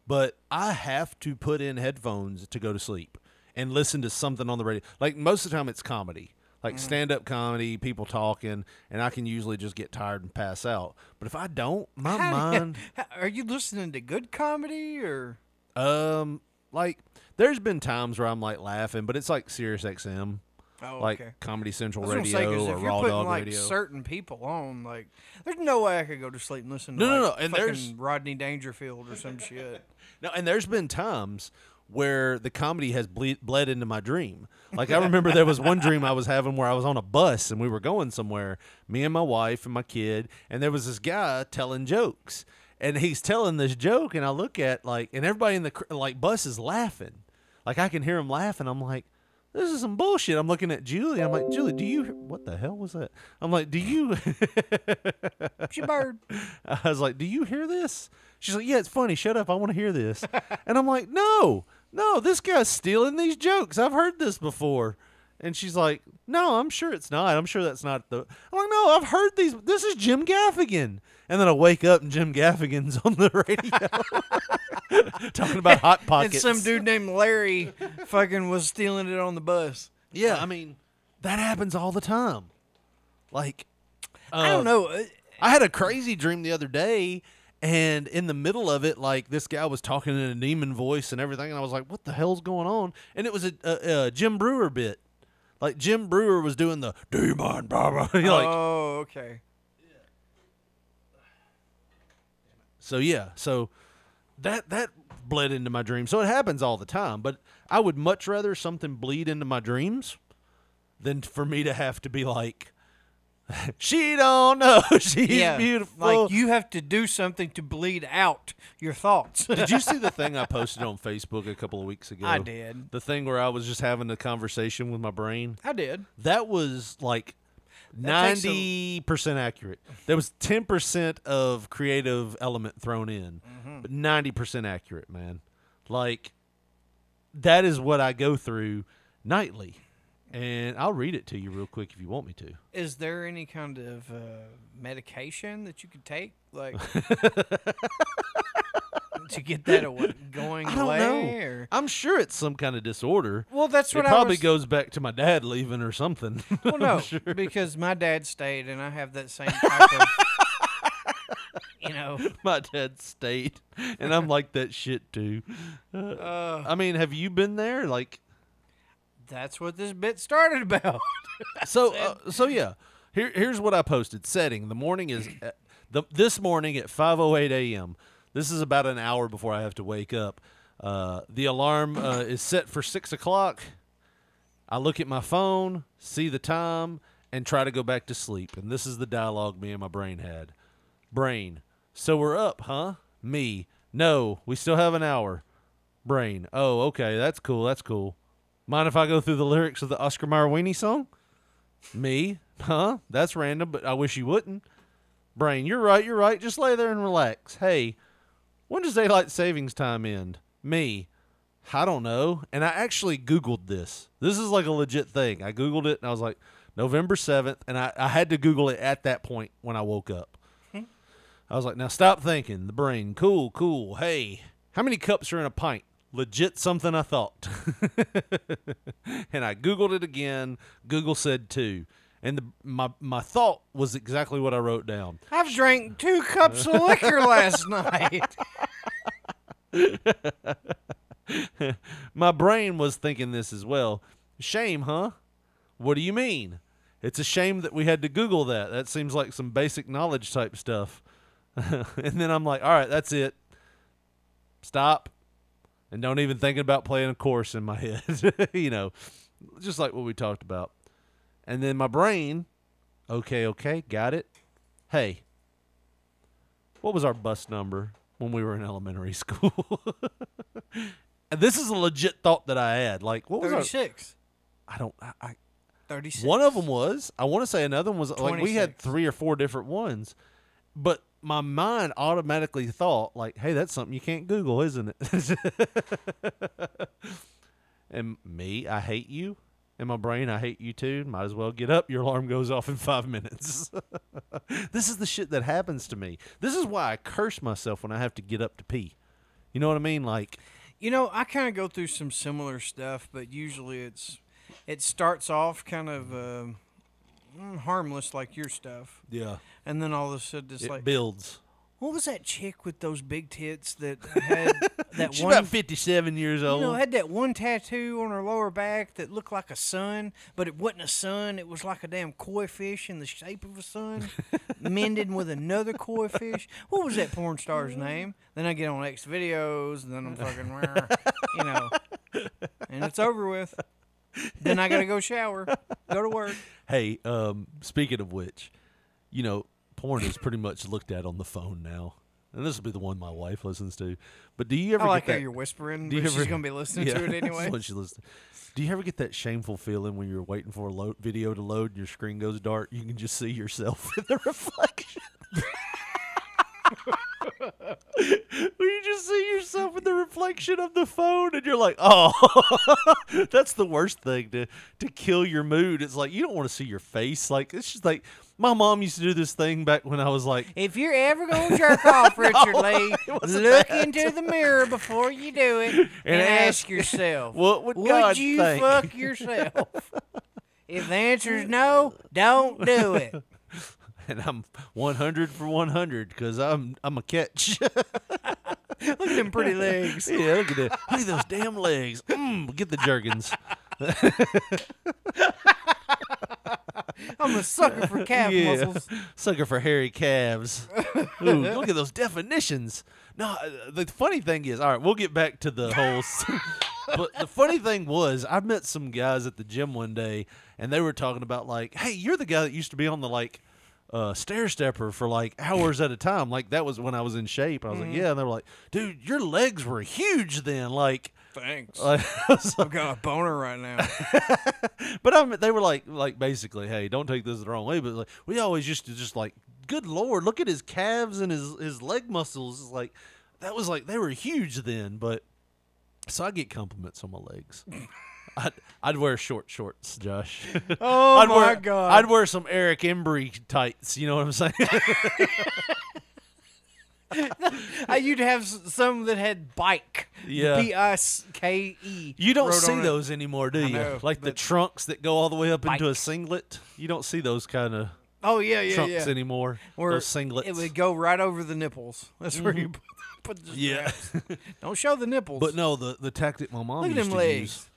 Speaker 9: But I have to put in headphones to go to sleep and listen to something on the radio. Like most of the time, it's comedy. Like stand up comedy, people talking, and I can usually just get tired and pass out. But if I don't, my mind
Speaker 6: Are you listening to good comedy or?
Speaker 9: Um, like there's been times where I'm like laughing, but it's like Sirius XM,
Speaker 6: Oh,
Speaker 9: like
Speaker 6: okay.
Speaker 9: Comedy Central
Speaker 6: I was gonna say,
Speaker 9: Radio
Speaker 6: 'cause
Speaker 9: or
Speaker 6: if you're
Speaker 9: Raw
Speaker 6: putting,
Speaker 9: Dog
Speaker 6: like,
Speaker 9: Radio.
Speaker 6: Certain people on, like, there's no way I could go to sleep and listen to
Speaker 9: No, no,
Speaker 6: like,
Speaker 9: no, and
Speaker 6: fucking
Speaker 9: there's-
Speaker 6: Rodney Dangerfield or some shit.
Speaker 9: [laughs] no, and there's been times where the comedy has ble- bled into my dream. Like I remember there was one dream I was having where I was on a bus and we were going somewhere, me and my wife and my kid, and there was this guy telling jokes. And he's telling this joke and I look at like and everybody in the cr- like bus is laughing. Like I can hear him laughing. I'm like this is some bullshit. I'm looking at Julie. I'm like, Julie, do you? What the hell was that? I'm like, do you?
Speaker 6: She bird.
Speaker 9: I was like, do you hear this? She's like, yeah, it's funny. Shut up. I want to hear
Speaker 6: [laughs]
Speaker 9: this. and I'm like, no, no, this guy's stealing these jokes. I've heard this before. And she's like, no, I'm sure it's not. I'm sure that's not the. I'm like, no, I've heard these. This is Jim Gaffigan. And then I wake up and Jim Gaffigan's on the radio [laughs] talking
Speaker 6: [laughs]
Speaker 9: about hot
Speaker 6: And
Speaker 9: pockets.
Speaker 6: some dude named Larry fucking was stealing it on the bus.
Speaker 9: Yeah, I mean, that happens all the time. Like,
Speaker 6: I don't
Speaker 9: um,
Speaker 6: know. uh,
Speaker 9: I had a crazy dream the other day, and in the middle of it, like this guy was talking in a demon voice and everything, and I was like, "What the hell's going on?" And it was a, a, a Jim Brewer bit. Like Jim Brewer was doing the demon, blah blah. [laughs] You're like,
Speaker 6: oh, okay.
Speaker 9: so yeah, so that that bled into my dream. So it happens all the time, but I would much rather something bleed into my dreams than for me to have to be like. [laughs] She don't know [laughs] she's
Speaker 6: Yeah,
Speaker 9: beautiful.
Speaker 6: Like you have to do something to bleed out your thoughts. [laughs]
Speaker 9: Did you see the thing I posted on Facebook a couple of weeks ago?
Speaker 6: I did.
Speaker 9: The thing where I was just having a conversation with my brain.
Speaker 6: I did.
Speaker 9: That was like
Speaker 6: That takes a-
Speaker 9: ninety percent accurate. There was ten percent of creative element thrown in,
Speaker 6: Mm-hmm.
Speaker 9: but ninety percent accurate, man. Like that is what I go through nightly, and I'll read it to you real quick if you want me to.
Speaker 6: Is there any kind of uh, medication that you could take, like to get that away, going
Speaker 9: I don't
Speaker 6: away?
Speaker 9: know.
Speaker 6: Or?
Speaker 9: I'm sure it's some kind of disorder.
Speaker 6: Well, that's what
Speaker 9: it
Speaker 6: I
Speaker 9: probably
Speaker 6: was-
Speaker 9: goes back to my dad leaving or something. [laughs]
Speaker 6: Well, no, because my dad stayed, and I have that same type of. You know,
Speaker 9: [laughs] my dad stayed, and I'm like that shit too. Uh, I mean, have you been there? Like,
Speaker 6: that's what this bit started about.
Speaker 9: so, uh, so yeah. Here, here's what I posted. Setting the morning is uh, the this morning at 5:08 a.m. This is about an hour before I have to wake up. Uh, the alarm uh, is set for six o'clock. I look at my phone, see the time, and try to go back to sleep. And this is the dialogue me and my brain had. Brain, so we're up, huh? Me, no, we still have an hour. Brain, oh, okay, that's cool, that's cool. Mind if I go through the lyrics of the Oscar Mayer Weenie song? Me, huh? That's random, but I wish you wouldn't. Brain, you're right, you're right. Just lay there and relax. Hey, when does daylight savings time end? Me, I don't know. And I actually Googled this. This is like a legit thing. I Googled it and I was like, November 7th. And I, I had to Google it at that point when I woke up. I was like, now stop thinking. The brain, cool, cool. Hey, how many cups are in a pint? Legit something I thought. [laughs] and I Googled it again. Google said two. And the, my, my thought was exactly what I wrote down.
Speaker 6: I've drank two cups
Speaker 9: [laughs]
Speaker 6: of liquor last night.
Speaker 9: my brain was thinking this as well. Shame, huh? What do you mean? It's a shame that we had to Google that. That seems like some basic knowledge type stuff. [laughs] and then I'm like, all right, that's it. Stop. And don't even think about playing a course in my [laughs] head. you know, just like what we talked about. And then my brain, okay, okay, got it. Hey, what was our bus number when we were in elementary [laughs] school? and this is a legit thought that I had. Like, what was our-
Speaker 6: 36.
Speaker 9: I don't. I, I
Speaker 6: 36.
Speaker 9: One of them was. I want to say another one was like we had
Speaker 6: 26.
Speaker 9: three or four different ones, but my mind automatically thought like, "Hey, that's something you can't Google, isn't it?" [laughs] and me, I hate you. In my brain, I hate you too. Might as well get up. Your alarm goes off in five minutes. [laughs] this is the shit that happens to me. This is why I curse myself when I have to get up to pee. You know what I mean? Like,
Speaker 6: You know, I kind of go through some similar stuff, but usually it's it starts off kind of um mm, harmless, like your stuff.
Speaker 9: Yeah.
Speaker 6: And then all of a sudden, it's
Speaker 9: it
Speaker 6: like
Speaker 9: builds.
Speaker 6: What was that chick with those big tits that
Speaker 9: [laughs]
Speaker 6: had that
Speaker 9: She's
Speaker 6: one?
Speaker 9: about fifty-seven years
Speaker 6: you
Speaker 9: old.
Speaker 6: know, had that one tattoo on her lower back that looked like a sun, but it wasn't a sun. It was like a damn koi fish in the shape of
Speaker 9: [laughs]
Speaker 6: a sun, mended with another koi fish. What was that porn star's name? Then I get on X videos, and then I'm fucking,
Speaker 9: [laughs]
Speaker 6: you know, and it's over with. Then I gotta go shower, go to work.
Speaker 9: Hey, um, speaking of which, you know, porn is pretty much looked at on the phone now. And this will be the one my wife listens to. But do you ever
Speaker 6: I like
Speaker 9: get
Speaker 6: how
Speaker 9: that,
Speaker 6: you're whispering, but she's gonna be [laughs] listening to it
Speaker 9: [laughs] that's
Speaker 6: anyway.
Speaker 9: when she listens. Do you ever get that shameful feeling when you're waiting for a load, video to load and your screen goes dark? You can just see yourself [laughs] in the reflection. [laughs] When you just see yourself in the reflection of the phone and you're like, oh, [laughs] that's the worst thing to to kill your mood. It's like you don't want to see your face. Like it's just like my mom used to do this thing back when I was like
Speaker 6: If you're ever
Speaker 9: [laughs]
Speaker 6: gonna jerk off, Richard Lee,
Speaker 9: wasn't
Speaker 6: look
Speaker 9: that.
Speaker 6: into the mirror before you
Speaker 9: [laughs]
Speaker 6: do it and, ask, yourself,
Speaker 9: what would God
Speaker 6: you
Speaker 9: think? [laughs]
Speaker 6: fuck yourself? if the answer is no, don't
Speaker 9: [laughs]
Speaker 6: do it.
Speaker 9: and I'm 100 for 100 because I'm I'm a catch. [laughs] look at
Speaker 6: them pretty legs.
Speaker 9: [laughs] Yeah, look at that. Look at those damn legs. Mm, get the jerkins.
Speaker 6: I'm a sucker for [laughs] calf
Speaker 9: Yeah.
Speaker 6: muscles.
Speaker 9: Sucker for hairy
Speaker 6: [laughs]
Speaker 9: calves. Ooh, look at those definitions. No, uh, the funny thing is, all right, we'll get back to the whole.
Speaker 6: [laughs]
Speaker 9: s- but the funny thing was, I met some guys at the gym one day, and they were talking about like, "Hey, you're the guy that used to be on the like." Uh, stair stepper for like hours at a time. Like that was when I was in shape. I was
Speaker 6: Mhm.
Speaker 9: like, yeah. And they were like, dude, your legs were huge then. Like, [laughs]
Speaker 6: Thanks.
Speaker 9: Like, I was
Speaker 6: I've got a boner right now.
Speaker 9: but I mean, they were like, like basically, hey, don't take this the wrong way, but like we always used to just like, good lord, look at his calves and his his leg muscles. It's like that was like they were huge then, but so I get compliments on my
Speaker 6: [laughs]
Speaker 9: legs. I'd, I'd wear short shorts, Josh.
Speaker 6: [laughs] Oh
Speaker 9: I'd
Speaker 6: my
Speaker 9: wear,
Speaker 6: God.
Speaker 9: I'd wear some Eric Embry tights. You know what I'm
Speaker 6: [laughs]
Speaker 9: saying?
Speaker 6: Uh, You'd have s- some that had bike.
Speaker 9: Yeah.
Speaker 6: B I S K E.
Speaker 9: You don't
Speaker 6: wrote
Speaker 9: see
Speaker 6: on it.
Speaker 9: those anymore, do
Speaker 6: I
Speaker 9: you?
Speaker 6: know,
Speaker 9: like the
Speaker 6: but-
Speaker 9: trunks that go all the way up into a singlet. You don't see those kind of
Speaker 6: Oh yeah, yeah,
Speaker 9: trunks
Speaker 6: yeah.
Speaker 9: anymore.
Speaker 6: Where
Speaker 9: those singlets.
Speaker 6: It would go right over the nipples. That's where you
Speaker 9: Mhm.
Speaker 6: put, put the
Speaker 9: Yeah.
Speaker 6: straps. Don't show the nipples.
Speaker 9: But no, the the tactic my mom
Speaker 6: Look at
Speaker 9: used
Speaker 6: them
Speaker 9: to
Speaker 6: legs.
Speaker 9: use.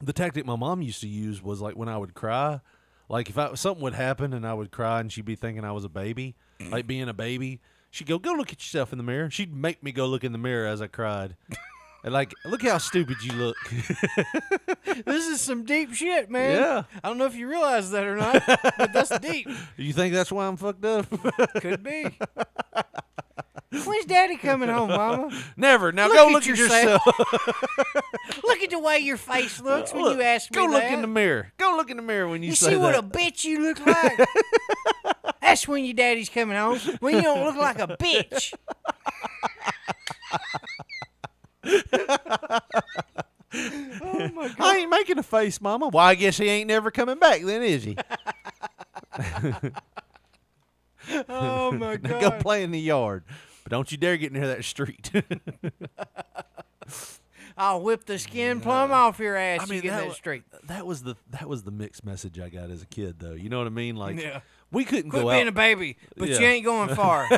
Speaker 9: The tactic my mom used to use was like when I would cry, like if I, something would happen and I would cry and she'd be thinking I was a baby, like being a baby. She'd go, "Go look at yourself in the mirror." She'd make me go look in the mirror as I
Speaker 6: [laughs]
Speaker 9: cried, and like, look how stupid you look. [laughs]
Speaker 6: this is some deep shit, man.
Speaker 9: Yeah.
Speaker 6: I don't know if you realize that or not, but that's deep.
Speaker 9: you think that's why I'm fucked up? [laughs]
Speaker 6: Could be. When's Daddy coming home, Mama?
Speaker 9: Never. Now
Speaker 6: Look
Speaker 9: go
Speaker 6: at
Speaker 9: look at
Speaker 6: yourself.
Speaker 9: yourself.
Speaker 6: Look at the way your face looks when you ask
Speaker 9: [laughs]
Speaker 6: me
Speaker 9: go look in
Speaker 6: that.
Speaker 9: the mirror. Go look in the mirror when you,
Speaker 6: You
Speaker 9: say
Speaker 6: see what
Speaker 9: that.
Speaker 6: a bitch you look
Speaker 9: [laughs]
Speaker 6: like? That's when your daddy's coming home. When you don't look like a
Speaker 9: [laughs]
Speaker 6: bitch.
Speaker 9: oh my God. I ain't making a face, Mama. Well, I guess he ain't never coming back then, is
Speaker 6: [laughs]
Speaker 9: he? [laughs]
Speaker 6: Oh my
Speaker 9: Now [laughs] go
Speaker 6: God.
Speaker 9: play in the yard, but don't you dare get near that street. [laughs]
Speaker 6: I'll whip the skin plumb off your ass.
Speaker 9: I mean,
Speaker 6: you get
Speaker 9: that
Speaker 6: that,
Speaker 9: wa-
Speaker 6: straight.
Speaker 9: that was the that was the mixed message I got as a kid, though. You know what I mean? Like
Speaker 6: Yeah.
Speaker 9: We couldn't
Speaker 6: Quit
Speaker 9: go
Speaker 6: being
Speaker 9: out.
Speaker 6: a baby, but you ain't [laughs] going far.
Speaker 9: [laughs]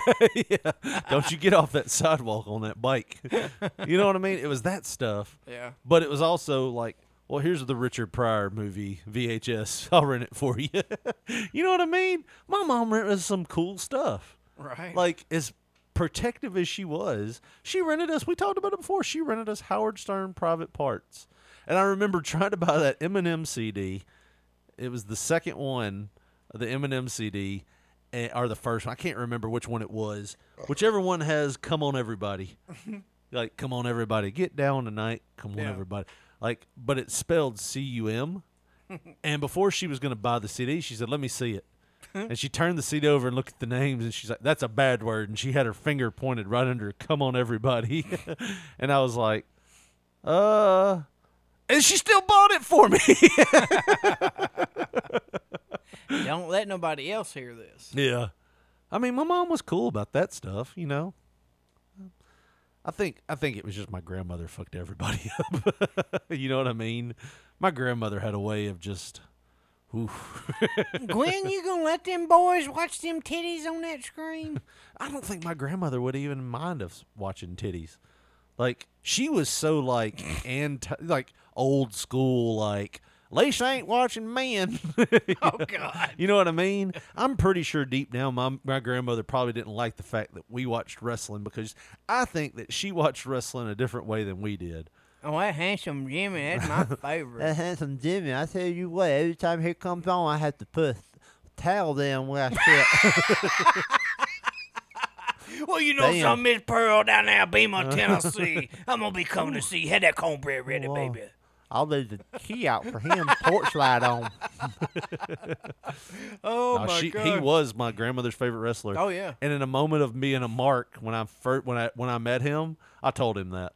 Speaker 9: yeah. Don't you get off that sidewalk on that bike. [laughs] you know what I mean? It was that stuff.
Speaker 6: Yeah.
Speaker 9: But it was also like, well, here's the Richard Pryor movie VHS. [laughs] I'll rent it for you. you know what I mean? My mom rented us some cool stuff.
Speaker 6: Right.
Speaker 9: Like as protective as she was, she rented us. We talked about it before. She rented us Howard Stern Private Parts, and I remember [laughs] trying to buy that Eminem CD. It was the second one, the Eminem CD, eh, or the first one. I can't remember which one it was. Whichever one has "Come on Everybody," like "Come on Everybody, get down tonight." Come on
Speaker 5: Yeah.
Speaker 9: everybody. Like, but it spelled C U M. And before she was going to buy the CD, she said, "Let me see it." and she turned the CD over and looked at the names, and she's like, "That's a bad word." And she had her finger pointed right under, "Come on, everybody," [laughs] and I was like, "Uh," and she still bought it for me. [laughs]
Speaker 6: Don't let nobody else hear this.
Speaker 9: yeah, I mean, my mom was cool about that stuff, you know. I think I think it was just my grandmother fucked everybody [laughs] up. you know what I mean? My grandmother had a way of just, oof.
Speaker 6: [laughs] Gwen, you gonna let them boys watch them titties on that screen?
Speaker 9: I don't think my grandmother would even mind us watching titties. Like she was so like [laughs] anti, like old school, like Lisa ain't watching men. [laughs] oh God! You know what I mean? I'm pretty sure deep down, my my grandmother probably didn't like the fact that we watched wrestling because I think that she watched wrestling a different way than we did.
Speaker 6: [laughs] Oh, that handsome Jimmy, that's my [laughs] favorite.
Speaker 14: That handsome Jimmy, I tell you what, every time he comes on, I have to put a towel down where
Speaker 9: [laughs]
Speaker 14: I sit.
Speaker 6: Well, you know
Speaker 14: Damn.
Speaker 6: some Miss Pearl down there, in Bema, [laughs] Tennessee. I'm gonna be coming to see. you. Had that cornbread ready,
Speaker 14: Whoa.
Speaker 6: baby.
Speaker 14: I'll leave the key out for him, porch light on.
Speaker 6: Oh
Speaker 9: No,
Speaker 6: my
Speaker 9: she-
Speaker 6: god!
Speaker 9: He was my grandmother's favorite wrestler.
Speaker 6: Oh, yeah.
Speaker 9: And in a moment of being a mark when I first when I when I met him, I told him that.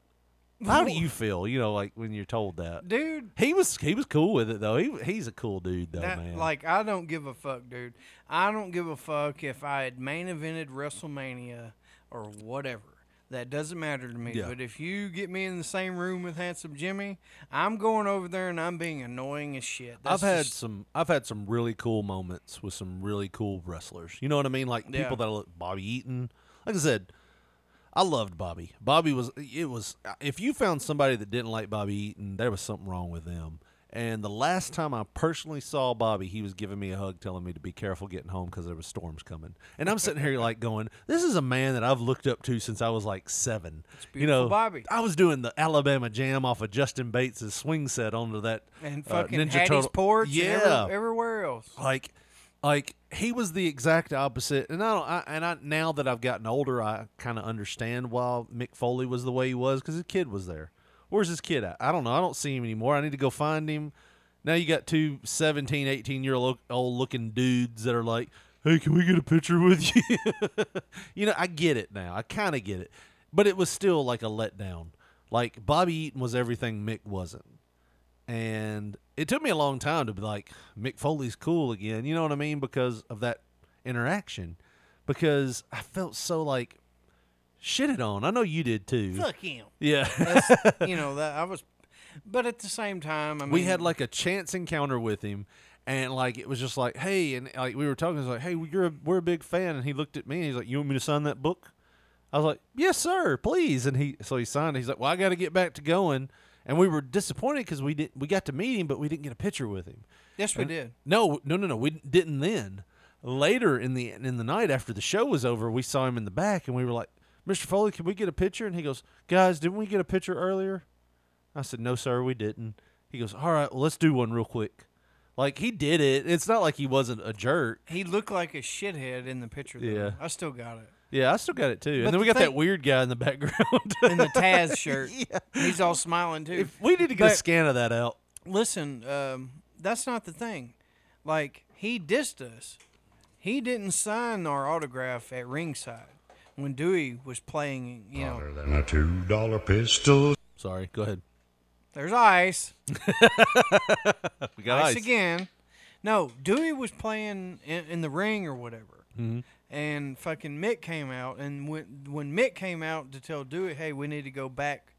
Speaker 9: How do you feel? You know, like when you're told that,
Speaker 6: Dude.
Speaker 9: He was he was cool with it though. He he's a cool dude though,
Speaker 6: That-
Speaker 9: Oh, man.
Speaker 6: Like I don't give a fuck, dude. I don't give a fuck if I had main evented WrestleMania or whatever. That doesn't matter to me.
Speaker 9: Yeah.
Speaker 6: But if you get me in the same room with Handsome Jimmy, I'm going over there and I'm being annoying as shit.
Speaker 9: I've
Speaker 6: That's
Speaker 9: had
Speaker 6: just-
Speaker 9: some I've had some really cool moments with some really cool wrestlers. You know what I mean? Like
Speaker 6: Yeah.
Speaker 9: people that I look Bobby Eaton. Like I said, I loved Bobby. Bobby was it was if you found somebody that didn't like Bobby Eaton, there was something wrong with them. And the last time I personally saw Bobby, he was giving me a hug, telling me to be careful getting home because there was storms coming. And I'm sitting here like going, "This is a man that I've looked up to since I was like seven. you
Speaker 6: beautiful
Speaker 9: know,
Speaker 6: Bobby.
Speaker 9: I was doing the Alabama Jam off of Justin Bates' swing set onto that
Speaker 6: and
Speaker 9: uh,
Speaker 6: fucking
Speaker 9: Ninja
Speaker 6: Hattie's
Speaker 9: Turtle-
Speaker 6: porch. and every-
Speaker 9: Yeah, Oh,
Speaker 6: everywhere else.
Speaker 9: like like he was the exact opposite and i don't I, and i now that i've gotten older i kind of understand why mick foley was the way he was because his kid was there where's his kid at i don't know i don't see him anymore i need to go find him now you got two 17 18 year old old looking dudes that are like hey can we get a picture with you [laughs] you know i get it now i kind of get it but it was still like a letdown like bobby eaton was everything mick wasn't and it took me a long time to be like Mick Foley's cool again. You know what I mean? Because of that interaction, because I felt so like shitted on. I know you did too.
Speaker 6: Fuck
Speaker 9: [laughs]
Speaker 6: him.
Speaker 9: Yeah,
Speaker 6: That's- you know that I was, but at the same time, I mean,
Speaker 9: we had like a chance encounter with him, and like it was just like, hey, and like we were talking, it's like, hey, you're a, we're a big fan, and he looked at me, and he's like, you want me to sign that book? I was like, yes, sir, please. And he so he signed. it. He's like, well, I got to get back to going, and we were disappointed because we did we got to meet him, but we didn't get a picture with him.
Speaker 6: Yes, we
Speaker 9: And-
Speaker 6: did.
Speaker 9: No, no, no, no. We didn't then. Later in the in the night after the show was over, we saw him in the back, and we were like, "Mr. Foley, can we get a picture?" And he goes, "Guys, didn't we get a picture earlier?" I said, "No, sir, we didn't." He goes, "All right, well, let's do one real quick." Like he did it. It's not like he wasn't a jerk.
Speaker 6: he looked like a shithead in the picture. Though.
Speaker 9: Yeah.
Speaker 6: I still got it.
Speaker 9: Yeah, I still got it too.
Speaker 6: But
Speaker 9: and then we
Speaker 6: the
Speaker 9: got that
Speaker 6: thing-
Speaker 9: weird guy in the [laughs] background
Speaker 6: in the Taz shirt. He's all smiling too.
Speaker 9: we need to get a
Speaker 6: But-
Speaker 9: scan of that out.
Speaker 6: Listen, um, that's not the thing. Like he dissed us. He didn't sign our autograph at ringside when Dewey was playing. You know,
Speaker 11: Than a two dollar pistol.
Speaker 9: Sorry, go ahead.
Speaker 6: there's ice.
Speaker 9: We got ice.
Speaker 6: again. No, Dewey was playing in, in the ring or whatever,
Speaker 9: Mhm.
Speaker 6: and fucking Mick came out. And when when Mick came out to tell Dewey, hey, we need to go back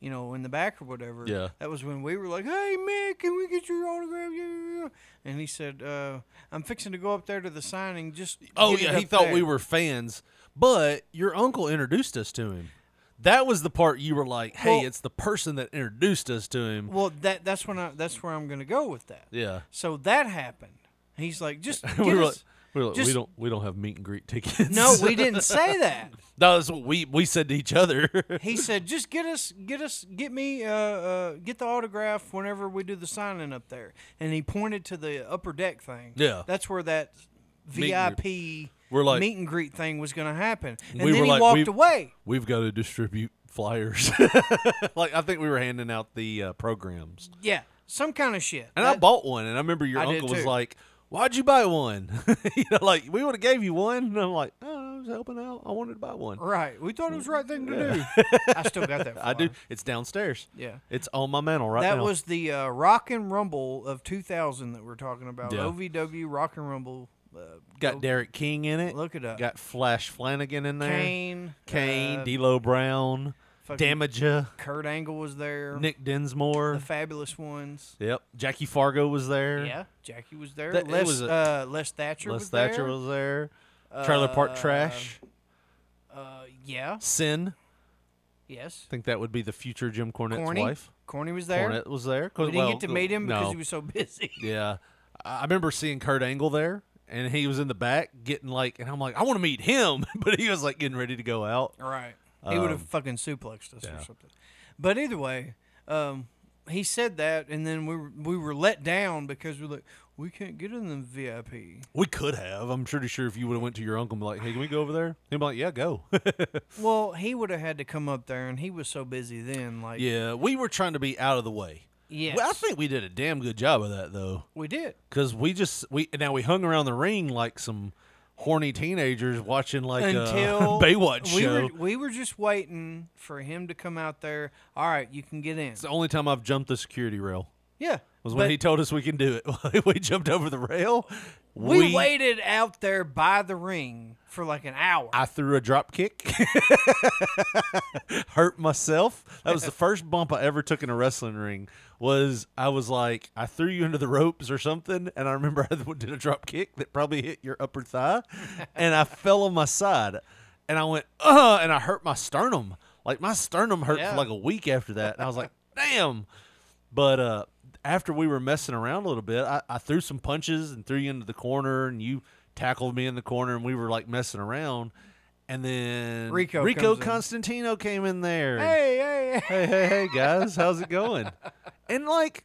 Speaker 6: you know, in the back or whatever.
Speaker 9: Yeah.
Speaker 6: That was when we were like, "Hey, man, can we get your autograph?" Yeah, yeah, yeah." And he said, uh, "I'm fixing to go up there to the signing." Just
Speaker 9: Oh
Speaker 6: get it
Speaker 9: yeah, he
Speaker 6: up
Speaker 9: thought
Speaker 6: there."
Speaker 9: we were fans, but your uncle introduced us to him. That was the part you were like, "Hey,
Speaker 6: Well-
Speaker 9: it's the person that introduced us to him."
Speaker 6: Well, that that's when I that's where I'm going to go with that.
Speaker 9: Yeah.
Speaker 6: So that happened. He's like, "Just
Speaker 9: [laughs] [laughs]
Speaker 6: get
Speaker 9: we, were like,
Speaker 6: us-
Speaker 9: we, were like,
Speaker 6: just-
Speaker 9: we don't we don't have meet and greet tickets.
Speaker 6: No, we didn't say that.
Speaker 9: [laughs] that was what we we said to each other. [laughs]
Speaker 6: he said, "Just get us, get us, get me, uh, uh, get the autograph whenever we do the signing up there." And he pointed to the upper deck thing.
Speaker 9: Yeah.
Speaker 6: that's where that
Speaker 9: Meet and
Speaker 6: VIP
Speaker 9: greet. We're like-
Speaker 6: meet and greet thing was going to happen. And
Speaker 9: we
Speaker 6: then
Speaker 9: were
Speaker 6: he
Speaker 9: like,
Speaker 6: walked
Speaker 9: we've,
Speaker 6: away.
Speaker 9: We've got to distribute flyers. [laughs] like I think we were handing out the uh, programs,
Speaker 6: Yeah, some kind of shit.
Speaker 9: and I
Speaker 6: That-
Speaker 9: bought one. And I remember your
Speaker 6: I did
Speaker 9: uncle was
Speaker 6: too.
Speaker 9: like, "Why'd you buy one? [laughs] you know, like we would have gave you one." And I'm like, "No, I was helping out. I wanted to buy one."
Speaker 6: right. We thought it was the right thing to do. I still got that.
Speaker 9: [laughs] I do. It's downstairs.
Speaker 6: Yeah.
Speaker 9: It's on my mantle right
Speaker 6: that
Speaker 9: now.
Speaker 6: was the uh, Rock and Rumble of 2000 that we're talking about.
Speaker 9: Yeah.
Speaker 6: OVW Rock and Rumble. Uh,
Speaker 9: got Derek King in it.
Speaker 6: Look it up.
Speaker 9: Got Flash Flanagan in there.
Speaker 6: Kane,
Speaker 9: Eh. Kane,
Speaker 6: uh,
Speaker 9: D'Lo Brown,
Speaker 6: fucking
Speaker 9: Damager,
Speaker 6: Kurt Angle was there.
Speaker 9: Nick Dinsmore.
Speaker 6: The Fabulous Ones.
Speaker 9: Yep. Jackie Fargo was there.
Speaker 6: Yeah, Jackie was there.
Speaker 9: That- it
Speaker 6: Les,
Speaker 9: was a-
Speaker 6: uh, Les Thatcher
Speaker 9: Les
Speaker 6: was there.
Speaker 9: Thatcher was there. Trailer Park Trash.
Speaker 6: Uh, yeah.
Speaker 9: Sin.
Speaker 6: Yes.
Speaker 9: I think that would be the future Jim Cornette's
Speaker 6: Corny.
Speaker 9: wife.
Speaker 6: Corny was there.
Speaker 9: Cornette was there.
Speaker 6: We didn't
Speaker 9: Well,
Speaker 6: get to meet him because
Speaker 9: no.
Speaker 6: he was so [laughs] busy.
Speaker 9: Yeah. I I remember seeing Kurt Angle there, and he was in the back getting like, and I'm like, I want to meet him, [laughs] but he was like getting ready to go out.
Speaker 6: Right. He would have
Speaker 9: Um,
Speaker 6: fucking suplexed us
Speaker 9: yeah.
Speaker 6: or something. But either way, um, he said that, and then we were, we were let down because we're like, we can't get in the VIP.
Speaker 9: We could have. I'm pretty sure if you would have went to your uncle and be like, hey, can we go over there? He'd be like, yeah, go. [laughs]
Speaker 6: Well, he would have had to come up there, and he was so busy then. Like,
Speaker 9: yeah, we were trying to be out of the way.
Speaker 6: Yes.
Speaker 9: Well, I think we did a damn good job of that though,
Speaker 6: we did.
Speaker 9: because we just we now we hung around the ring like some horny teenagers watching like a
Speaker 6: until
Speaker 9: [laughs] Baywatch
Speaker 6: we
Speaker 9: show.
Speaker 6: Were, we were just waiting for him to come out there. All right, you can get in.
Speaker 9: it's the only time I've jumped the security rail
Speaker 6: yeah,
Speaker 9: was when
Speaker 6: but
Speaker 9: he told us we can do it. [laughs] we jumped over the rail.
Speaker 6: we, waited out there by the ring for like an hour.
Speaker 9: I threw a drop kick, [laughs] hurt myself. That was the first bump I ever took in a wrestling ring. Was I was like I threw you into the ropes or something, and I remember I [laughs] did a drop kick that probably hit your upper thigh, and I fell on my side, and I went uh, and I hurt my sternum. Like my sternum hurt
Speaker 6: Yeah.
Speaker 9: for like a week after that, and I was like, damn. But uh, after we were messing around a little bit, I, I threw some punches and threw you into the corner, and you tackled me in the corner, and we were like messing around. And then
Speaker 6: Rico comes in.
Speaker 9: Constantino came in there.
Speaker 6: Hey, hey,
Speaker 9: hey, hey, hey, guys, how's it
Speaker 6: [laughs]
Speaker 9: going? And like,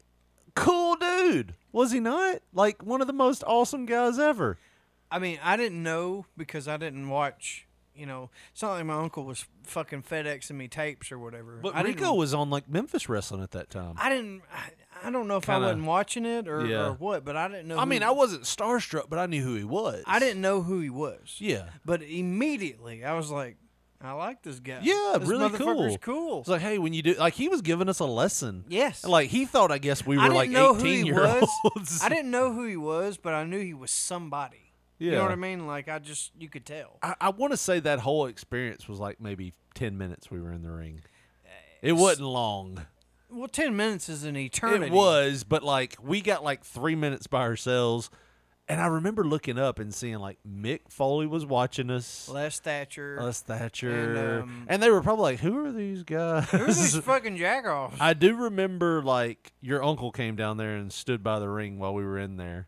Speaker 9: cool dude, was he not? Like one of the most awesome guys ever.
Speaker 6: I mean, I didn't know because I didn't watch. You know, it's not like my uncle was fucking FedExing me tapes or whatever.
Speaker 9: But
Speaker 6: I
Speaker 9: Rico
Speaker 6: didn't,
Speaker 9: was on like Memphis wrestling at that time.
Speaker 6: I didn't. I, I don't know if
Speaker 9: Kinda-
Speaker 6: I wasn't watching it or,
Speaker 9: Yeah.
Speaker 6: or what, but I didn't know.
Speaker 9: I
Speaker 6: who-
Speaker 9: mean, I wasn't starstruck, but I knew who he was.
Speaker 6: I didn't know who he was.
Speaker 9: Yeah.
Speaker 6: But immediately I was like, I like this guy.
Speaker 9: Yeah,
Speaker 6: This
Speaker 9: really
Speaker 6: motherfucker's
Speaker 9: cool.
Speaker 6: cool.
Speaker 9: It's like, hey, when you do, like, he was giving us a lesson.
Speaker 6: Yes.
Speaker 9: And, Like he thought, I guess we
Speaker 6: I
Speaker 9: were
Speaker 6: didn't
Speaker 9: like
Speaker 6: know who
Speaker 9: eighteen
Speaker 6: he
Speaker 9: year
Speaker 6: was.
Speaker 9: olds. [laughs]
Speaker 6: I didn't know who he was, but I knew he was somebody. You
Speaker 9: Yeah.
Speaker 6: know what I mean? Like I just you could tell.
Speaker 9: I, I want to say that whole experience was like maybe ten minutes. We were in the ring. It wasn't long.
Speaker 6: Well, ten minutes is an eternity.
Speaker 9: It was, but like we got like three minutes by ourselves, and I remember looking up and seeing like Mick Foley was watching us.
Speaker 6: Les Thatcher.
Speaker 9: Les Thatcher, and,
Speaker 6: um,
Speaker 9: they were probably like, "Who are these guys?" [laughs]
Speaker 6: Who are these fucking jackoffs?
Speaker 9: I do remember like your uncle came down there and stood by the ring while we were in there.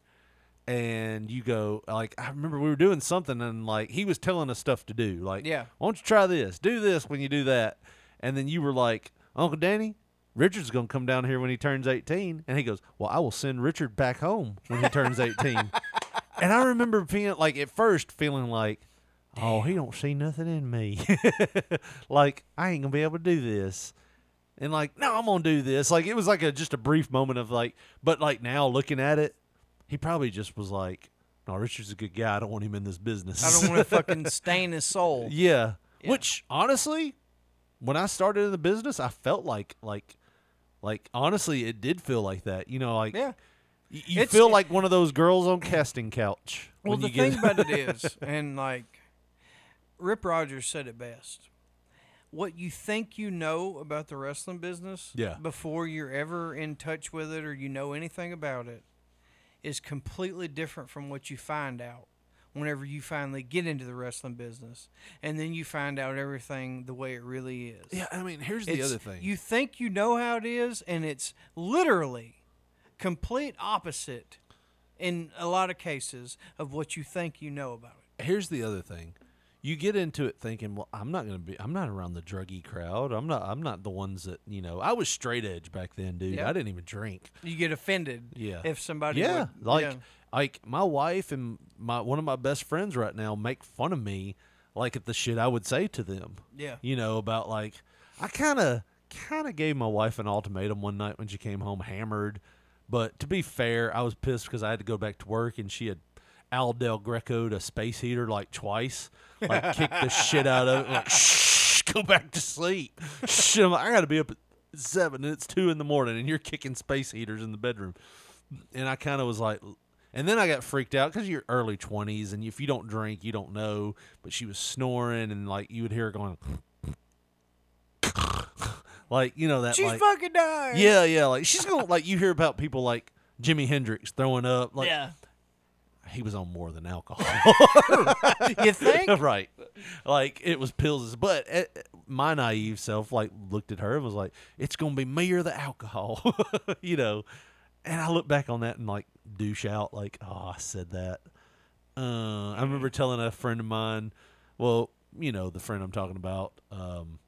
Speaker 9: And you go like I remember we were doing something and like he was telling us stuff to do. Like,
Speaker 6: Yeah.
Speaker 9: why don't you try this? Do this when you do that. And then you were like, Uncle Danny, Richard's gonna come down here when he turns eighteen. And he goes, Well, I will send Richard back home when he turns eighteen. and I remember being like at first feeling like Oh, he don't see nothing in me. [laughs] like I ain't gonna be able to do this and like no i'm gonna do this like it was like a just a brief moment of like but like now looking at it he probably just was like no richard's a good guy i don't want him in this business
Speaker 6: I don't want to fucking stain his soul.
Speaker 9: [laughs] yeah. which honestly when i started in the business i felt like like like honestly it did feel like that you know like
Speaker 6: Yeah.
Speaker 9: y- you
Speaker 6: It's-
Speaker 9: feel like one of those girls on casting couch
Speaker 6: Well,
Speaker 9: when
Speaker 6: the
Speaker 9: you [laughs] get-
Speaker 6: thing about it is, and like Rip Rogers said it best. what you think you know about the wrestling business
Speaker 9: Yeah.
Speaker 6: before you're ever in touch with it or you know anything about it is completely different from what you find out whenever you finally get into the wrestling business and then you find out everything the way it really is.
Speaker 9: Yeah, I mean, here's the
Speaker 6: It's-
Speaker 9: other thing.
Speaker 6: You think you know how it is and it's literally complete opposite in a lot of cases of what you think you know about it.
Speaker 9: here's the other thing you get into it thinking well i'm not going to be i'm not around the druggy crowd i'm not i'm not the ones that you know i was straight edge back then dude
Speaker 6: Yeah.
Speaker 9: i didn't even drink
Speaker 6: You get offended
Speaker 9: yeah
Speaker 6: if somebody
Speaker 9: yeah
Speaker 6: would-
Speaker 9: like
Speaker 6: yeah.
Speaker 9: like my wife and my one of my best friends right now make fun of me like at the shit i would say to them
Speaker 6: Yeah.
Speaker 9: you know about like i kind of kind of gave my wife an ultimatum one night when she came home hammered but to be fair i was pissed because i had to go back to work and she had al del greco to space heater like twice
Speaker 6: [laughs]
Speaker 9: like kicked the shit out of it like shh go back to sleep [laughs] shh I'm like, i gotta be up at seven and it's two in the morning and you're kicking space heaters in the bedroom and i kind of was like and then I got freaked out because you're early 20s, and if you don't drink, you don't know. But she was snoring, and like you would hear her going, [laughs] like you know that
Speaker 6: She's
Speaker 9: like,
Speaker 6: fucking dying.
Speaker 9: Yeah, yeah. Like she's gonna like you hear about people like Jimi Hendrix throwing up. Like [laughs]
Speaker 6: Yeah.
Speaker 9: he was on more than alcohol.
Speaker 6: [laughs]
Speaker 9: [laughs]
Speaker 6: You think?
Speaker 9: right? Like it was pills. But eh, eh, my naive self like looked at her and was like, "It's gonna be me or the alcohol," [laughs] you know. And I look back on that and like douche out, like, "Oh, I said that." Uh, I remember telling a friend of mine, well, you know, the friend I'm talking about, um,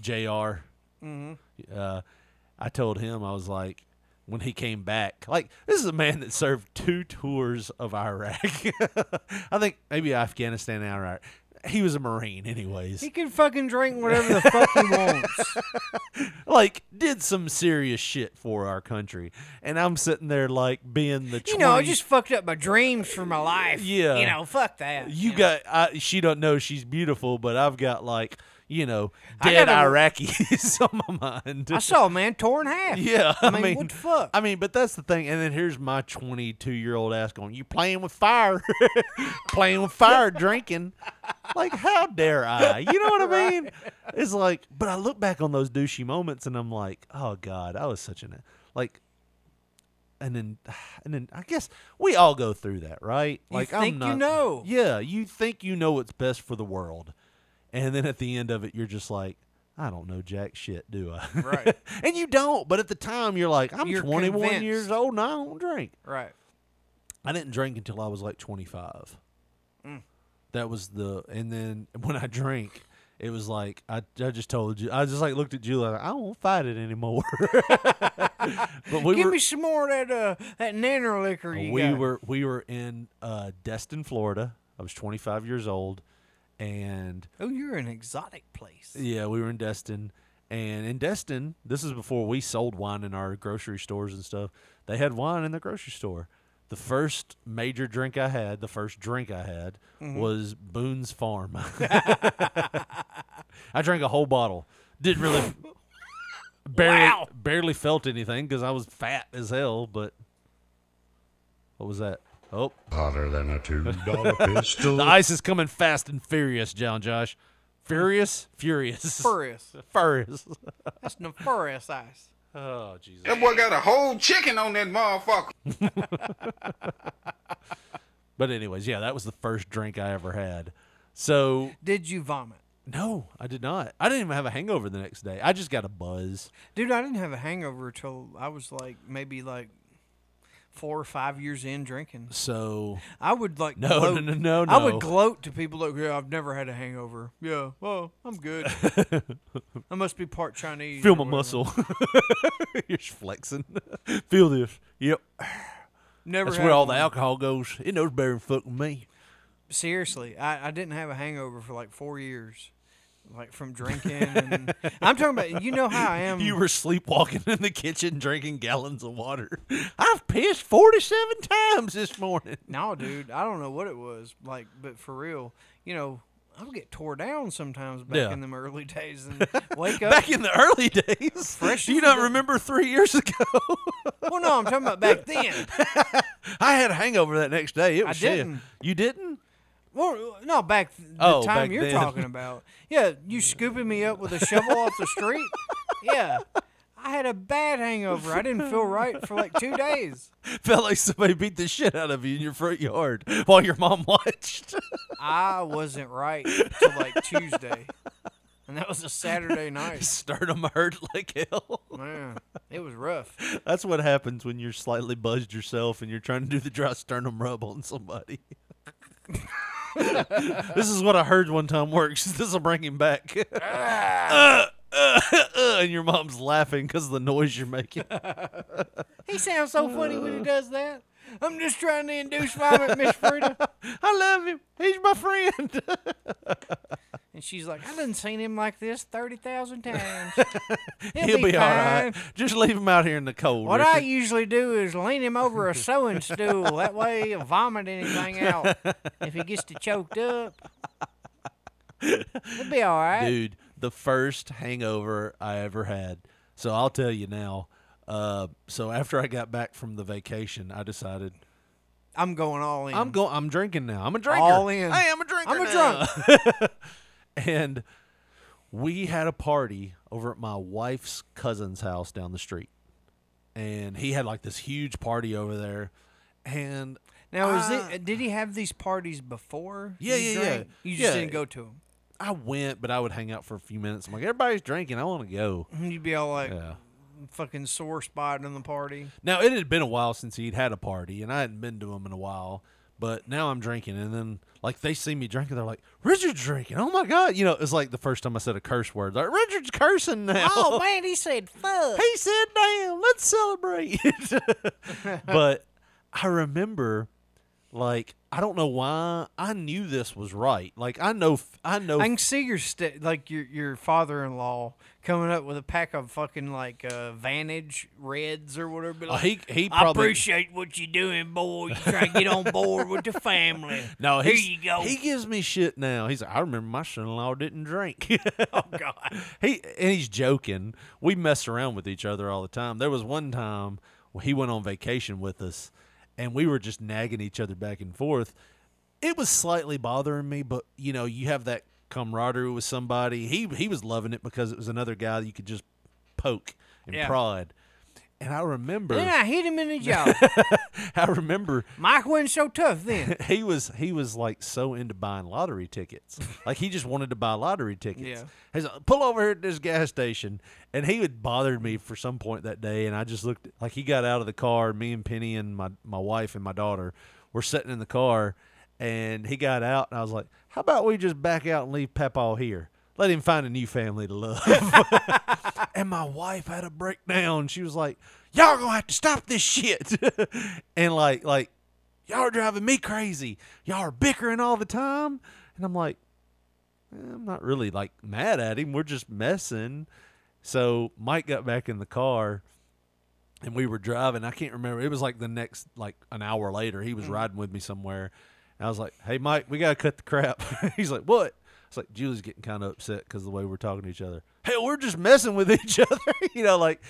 Speaker 9: Jr.
Speaker 6: Mhm.
Speaker 9: Uh, I told him I was like, when he came back, like this is a man that served two tours of Iraq. [laughs] I think maybe Afghanistan and Iraq. He was a Marine, anyways.
Speaker 6: He can fucking drink whatever the fuck he
Speaker 9: [laughs]
Speaker 6: wants.
Speaker 9: like did some serious shit for our country, and I'm sitting there like being the
Speaker 6: You know, I
Speaker 9: 20
Speaker 6: just fucked up my dreams for my life.
Speaker 9: Yeah.
Speaker 6: You know, fuck that.
Speaker 9: You got I, she don't know she's beautiful, but I've got like you know
Speaker 6: I
Speaker 9: dead
Speaker 6: gotta-
Speaker 9: Iraqis [laughs] on my mind.
Speaker 6: I saw a man torn half.
Speaker 9: Yeah,
Speaker 6: I mean, what the fuck?
Speaker 9: I mean, but that's the thing. And then here's my 22 year old ass going, "You playing with fire, [laughs] playing with fire, drinking." Like, how dare I? You know what I mean? It's like, but I look back on those douchey moments and I'm like, oh god, I was such an like. And then, and then I guess we all go through that, right?
Speaker 6: You think you know.
Speaker 9: Yeah, you think you know what's best for the world, and then at the end of it, you're just like, I don't know jack shit, do I?
Speaker 6: Right.
Speaker 9: [laughs] and you don't, but at the time, you're like, I'm
Speaker 6: You're
Speaker 9: 21
Speaker 6: convinced.
Speaker 9: years old and I don't drink.
Speaker 6: Right.
Speaker 9: I didn't drink until I was like 25.
Speaker 6: Mm.
Speaker 9: That was the, and then when I drank, it was like I, I just told you I just like looked at Julie like I won't fight it anymore. [laughs] but we
Speaker 6: Give
Speaker 9: were
Speaker 6: me some more of that uh, that nanner liquor you
Speaker 9: we
Speaker 6: got.
Speaker 9: were we were in uh, Destin, Florida. I was 25 years old, and
Speaker 6: Oh, you're an exotic place.
Speaker 9: Yeah, we were in Destin. And in Destin, this is before we sold wine in our grocery stores and stuff. They had wine in the grocery store. The first major drink I had, the first drink I had,
Speaker 5: Mhm.
Speaker 9: was Boone's Farm. [laughs] I drank a whole bottle. Didn't really barely barely felt anything because I was fat as hell. But what was that? Oh,
Speaker 11: Hotter than
Speaker 9: [laughs]
Speaker 11: a $2 pistol.
Speaker 9: the ice is coming fast and furious, John Josh. Furious, furious,
Speaker 6: Furious.
Speaker 9: furious.
Speaker 6: That's nefarious ice.
Speaker 9: Oh, Jesus.
Speaker 10: That boy got a whole chicken on that motherfucker.
Speaker 9: But anyways, yeah, that was the first drink I ever had. So
Speaker 6: Did you vomit?
Speaker 9: no, I did not. I didn't even have a hangover the next day. I just got a buzz.
Speaker 6: Dude, I didn't have a hangover till I was like maybe like four or five years in drinking.
Speaker 9: So
Speaker 6: I would like
Speaker 9: no,
Speaker 6: gloat.
Speaker 9: no, no, no,
Speaker 6: I
Speaker 9: no.
Speaker 6: would gloat to people like, yeah, I've never had a hangover. Yeah, well, I'm
Speaker 9: [laughs]
Speaker 6: good. I must be part Chinese.
Speaker 9: feel
Speaker 6: or
Speaker 9: my
Speaker 6: whatever.
Speaker 9: muscle. [laughs] You're just flexing. feel this. Yep.
Speaker 6: Never
Speaker 9: That's
Speaker 6: had
Speaker 9: where all
Speaker 6: one.
Speaker 9: the alcohol goes. It knows better than fucking me.
Speaker 6: Seriously, I, I didn't have a hangover for like four years, like from drinking. And [laughs] I'm talking about you know how I am.
Speaker 9: [laughs] You were sleepwalking in the kitchen drinking gallons of water. I've pissed forty-seven times this morning.
Speaker 6: No, dude, I don't know what it was like, but for real, you know, I'll get tore down sometimes back
Speaker 9: Yeah.
Speaker 6: in them early
Speaker 9: [laughs]
Speaker 6: days and wake up.
Speaker 9: Back in the early days,
Speaker 6: Fresh
Speaker 9: Do you
Speaker 6: as a
Speaker 9: not
Speaker 6: bird.
Speaker 9: remember three years ago? [laughs]
Speaker 6: Well, no, I'm talking about back then.
Speaker 9: I had a hangover that next day. It
Speaker 6: I
Speaker 9: was shit.
Speaker 6: didn't.
Speaker 9: You didn't? [laughs]
Speaker 6: Well, no, back th- the
Speaker 9: Oh,
Speaker 6: time
Speaker 9: back
Speaker 6: you're
Speaker 9: then.
Speaker 6: talking about. Yeah, you scooping me up with a shovel off the street. Yeah, I had a bad hangover. I didn't feel right for like two days.
Speaker 9: Felt like somebody beat the shit out of you in your front yard while your mom [laughs] watched.
Speaker 6: I wasn't right till like Tuesday, and that was a Saturday night.
Speaker 9: Sternum hurt like hell.
Speaker 6: Man, it was rough.
Speaker 9: [laughs] That's what happens when you're slightly buzzed yourself and you're trying to do the dry sternum rub on somebody. [laughs] this is what I heard one time works. [laughs] This will bring him back. [laughs] Uh, uh, uh, and your mom's laughing because of the noise you're making.
Speaker 6: He sounds so funny when he
Speaker 9: Uh.
Speaker 6: does that. I'm just trying to induce vomit, Miss Frida.
Speaker 9: [laughs] [laughs] I love him. He's my friend.
Speaker 6: and she's like, I done seen him like this thirty
Speaker 9: [laughs]
Speaker 6: thousand times.
Speaker 9: He'll, be, all right. Just leave him out here in the cold.
Speaker 6: What I
Speaker 9: Richard.
Speaker 6: usually do is lean him over a sewing stool. That way he'll vomit anything out. If he gets to choked up, it'll be all right.
Speaker 9: dude the first hangover i ever had so i'll tell you now uh, so after i got back from the vacation i decided
Speaker 6: I'm going all in.
Speaker 9: i'm going i'm drinking now i'm a drinker
Speaker 6: all in.
Speaker 9: Hey, i'm a drinker
Speaker 6: I'm a
Speaker 9: now.
Speaker 6: drunk.
Speaker 9: and we had a party over at my wife's cousin's house down the street and he had like this huge party over there and
Speaker 6: Now, is
Speaker 9: I-
Speaker 6: it? Did he have these parties before?
Speaker 9: Ah. Yeah,
Speaker 6: you
Speaker 9: yeah,
Speaker 6: drank?
Speaker 9: yeah.
Speaker 6: You just
Speaker 9: Yeah.
Speaker 6: didn't go to them.
Speaker 9: i went but i would hang out for a few minutes i'm like everybody's drinking i want to go
Speaker 6: You'd be all like,
Speaker 9: Yeah.
Speaker 6: fucking sore spot in the [laughs] party.
Speaker 9: Now it had been a while since he'd had a party, and I hadn't been to him in a while. But now I'm drinking, and then like they see me drinking, they're like, "Richard's drinking! Oh my god!" You know, it's like the first time I said a curse word. Like Richard's cursing now.
Speaker 13: Oh,
Speaker 6: man, he said fuck.
Speaker 9: He said damn. Let's celebrate. [laughs] but I remember, like, I don't know why I knew this was right. Like I know, I know.
Speaker 6: I can see your st- like your your father in law coming up with a pack of fucking like uh, Vantage Reds or whatever. be
Speaker 9: Oh,
Speaker 6: like,
Speaker 9: he- he
Speaker 6: I
Speaker 9: probably-
Speaker 6: appreciate what you're doing, boy. You try to get on board with the family.
Speaker 9: [laughs] no,
Speaker 6: here
Speaker 9: he's-
Speaker 6: you go.
Speaker 9: He gives me shit now. He's like, I remember my son-in-law didn't drink. [laughs] oh
Speaker 6: God.
Speaker 9: He and he's joking. We mess around with each other all the time. There was one time when he went on vacation with us, and we were just nagging each other back and forth. It was slightly bothering me, but you know, you have that camaraderie with somebody. He he was loving it because it was another guy that you could just poke and
Speaker 6: Yeah.
Speaker 9: prod. And I remember,
Speaker 6: Then I hit him in
Speaker 9: [laughs]
Speaker 6: the jaw.
Speaker 9: I remember
Speaker 6: Mike wasn't so tough then.
Speaker 9: [laughs] he was he was like so into buying lottery tickets. Like he just wanted to buy lottery tickets.
Speaker 6: Yeah.
Speaker 9: He's like, pull over here at this gas station, and he had bothered me for some point that day, and I just looked like he got out of the car. Me and Penny and my my wife and my daughter were sitting in the car, and he got out, and I was like, how about we just back out and leave Papa here? Let him find a new family to love. [laughs] and my wife had a breakdown. She was like, "Y'all gonna have to stop this shit," [laughs] and like, like, y'all are driving me crazy. Y'all are bickering all the time, and I'm like, "Eh, I'm not really like mad at him. We're just messing. So Mike got back in the car, and we were driving. I can't remember. It was like the next, like an hour later. He was riding with me somewhere. And I was like, "Hey, Mike, we gotta cut the crap." [laughs] He's like, "What?" It's like Julie's getting kind of upset because the way we're talking to each other. Hey, we're just messing with [laughs] each other, you know. Like,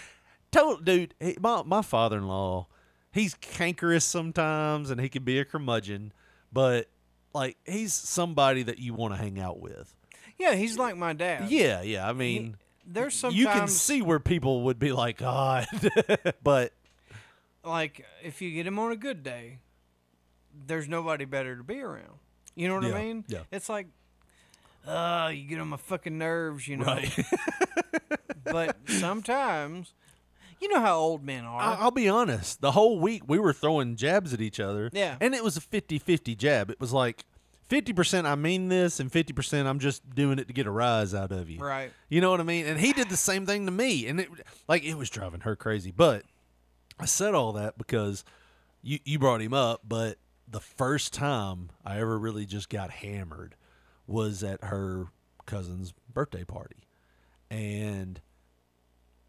Speaker 9: total dude. He, my my father in law, he's cankerous sometimes, and he can be a curmudgeon, but like he's somebody that you want to hang out with.
Speaker 6: Yeah, he's like my dad.
Speaker 9: Yeah, yeah. I mean,
Speaker 6: There's sometimes
Speaker 9: you can see where people would be like, God, [laughs] but
Speaker 6: like if you get him on a good day, there's nobody better to be around. You know what
Speaker 9: Yeah,
Speaker 6: I mean?
Speaker 9: yeah.
Speaker 6: It's like, uh, you get on my fucking nerves, you know.
Speaker 9: Right.
Speaker 6: [laughs] but sometimes, you know how old men are.
Speaker 9: I- I'll be honest. The whole week we were throwing jabs at each other.
Speaker 6: Yeah.
Speaker 9: And it was a 50 50 jab. It was like 50% I mean this and 50% I'm just doing it to get a rise out of you.
Speaker 6: Right.
Speaker 9: You know what I mean? And he did the same thing to me. And it, like, it was driving her crazy. But I said all that because you, you brought him up. But the first time I ever really just got hammered was at her cousin's birthday party. And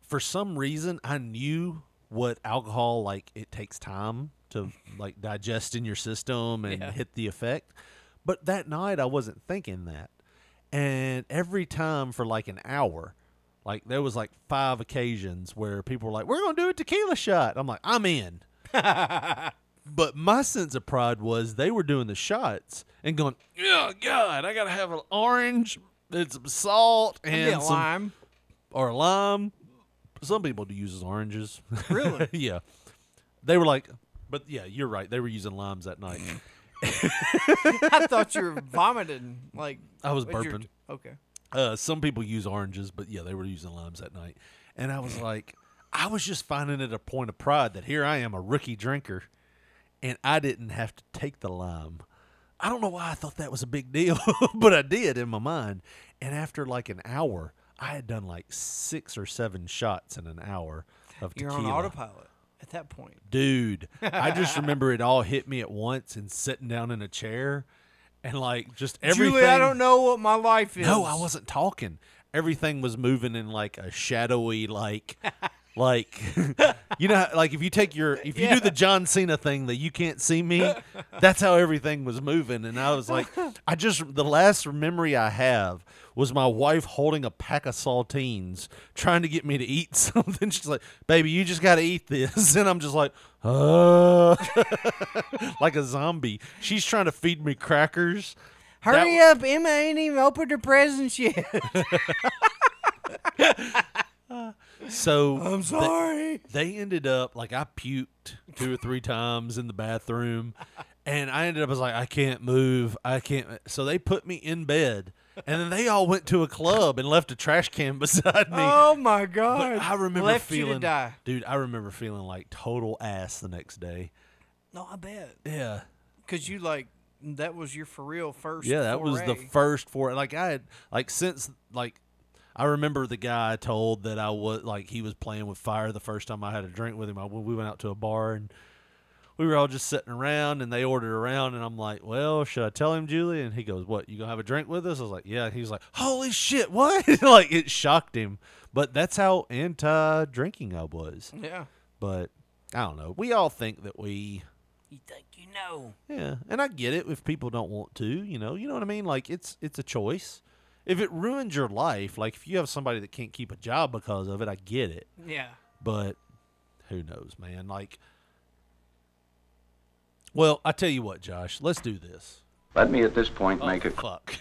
Speaker 9: for some reason I knew what alcohol like it takes time to like digest in your system and
Speaker 5: Yeah.
Speaker 9: hit the effect. But that night I wasn't thinking that. And every time for like an hour, like there was like five occasions where people were like, We're gonna do a tequila shot. I'm like, I'm in. But my sense of pride was they were doing the shots and going, oh God, I gotta have an orange and some salt
Speaker 6: And
Speaker 9: and
Speaker 6: a
Speaker 9: some-
Speaker 6: lime.
Speaker 9: or lime. Some people do use oranges. [laughs]
Speaker 6: Really?
Speaker 9: yeah. They were like, but yeah, you're right. They were using limes that
Speaker 6: [clears throat]
Speaker 9: night.
Speaker 6: I thought you
Speaker 9: [laughs]
Speaker 6: were vomiting. Like
Speaker 9: I was
Speaker 6: with your-
Speaker 9: burping.
Speaker 6: okay.
Speaker 9: Uh, some people use oranges, but yeah, they were using limes that night. And I was like, I was just finding it a point of pride that here I am, a rookie drinker, and I didn't have to take the lime. I don't know why I thought that was a big deal, [laughs] but I did in my mind. And after like an hour, I had done like six or seven shots in an hour of
Speaker 6: You're
Speaker 9: tequila.
Speaker 6: on autopilot at that point.
Speaker 9: Dude, I just remember it all hit me at once and sitting down in a chair and like just everything.
Speaker 6: Julie, I don't know what my life is.
Speaker 9: No, I wasn't talking. Everything was moving in like a shadowy, like, like, [laughs] you know, like if you take your, if you do the John Cena thing that you can't see me, that's how everything was moving. And I was like, I just, the last memory I have was my wife holding a pack of saltines trying to get me to eat [laughs] something. She's like, baby, you just got to eat this. [laughs] And I'm just like, uh, [laughs] like a zombie. She's trying to feed me crackers. That-
Speaker 6: Hurry up, Emma ain't even opened her presents yet.
Speaker 9: So
Speaker 6: [laughs] I'm
Speaker 9: th-
Speaker 6: sorry.
Speaker 9: they ended up like I puked two or three times in the bathroom, and I ended up as like I can't move. I can't. So they put me in bed, and then they all went to a club and left a trash can [laughs] beside me.
Speaker 6: oh my god!
Speaker 9: But I remember
Speaker 6: Left
Speaker 9: feeling,
Speaker 6: you to die.
Speaker 9: dude. I remember feeling like total ass the next day.
Speaker 6: No, I bet.
Speaker 9: Yeah.
Speaker 6: Cause you like that was your for real first.
Speaker 9: yeah that was the
Speaker 6: foray.
Speaker 9: first four like i had like since like i remember the guy i told that i was like he was playing with fire the first time i had a drink with him I, we went out to a bar and we were all just sitting around and they ordered around and i'm like well should i tell him julie and he goes what you gonna have a drink with us i was like yeah he was like holy shit what [laughs] like it shocked him but that's how anti drinking i was
Speaker 6: Yeah.
Speaker 9: but i don't know we all think that we
Speaker 6: You think you know?
Speaker 9: yeah, and I get it if people don't want to, you know, you know what I mean. Like it's it's a choice. If it ruins your life, like if you have somebody that can't keep a job because of it, I get it.
Speaker 6: Yeah.
Speaker 9: But who knows, man? Like, well, I tell you what, Josh, let's do this.
Speaker 12: Let me at this point make a
Speaker 9: fuck. [laughs]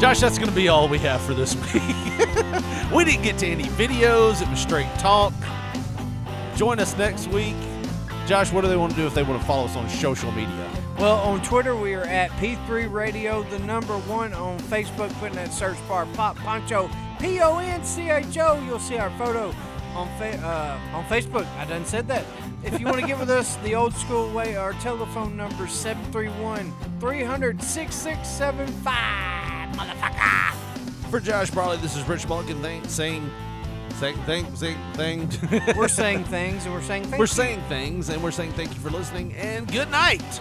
Speaker 9: Josh, that's going to be all we have for this [laughs] week. we didn't get to any videos. It was straight talk. Join us next week. Josh, what do they want to do if they want to follow us on social media?
Speaker 6: Well, on Twitter, we are at P3 Radio, the number one on Facebook. Put in that search bar, Pop Poncho, P O N C H O. You'll see our photo on fa- uh, on Facebook. I done said that. If you want to get with us the old school way, our telephone number 731 300 6675. Motherfucker!
Speaker 9: For Josh Barley, this is Rich Mulligan thing, saying, saying, thing, saying, thing. [laughs]
Speaker 6: We're saying things and we're saying things.
Speaker 9: we're saying things, and we're saying thank you for listening, and good night.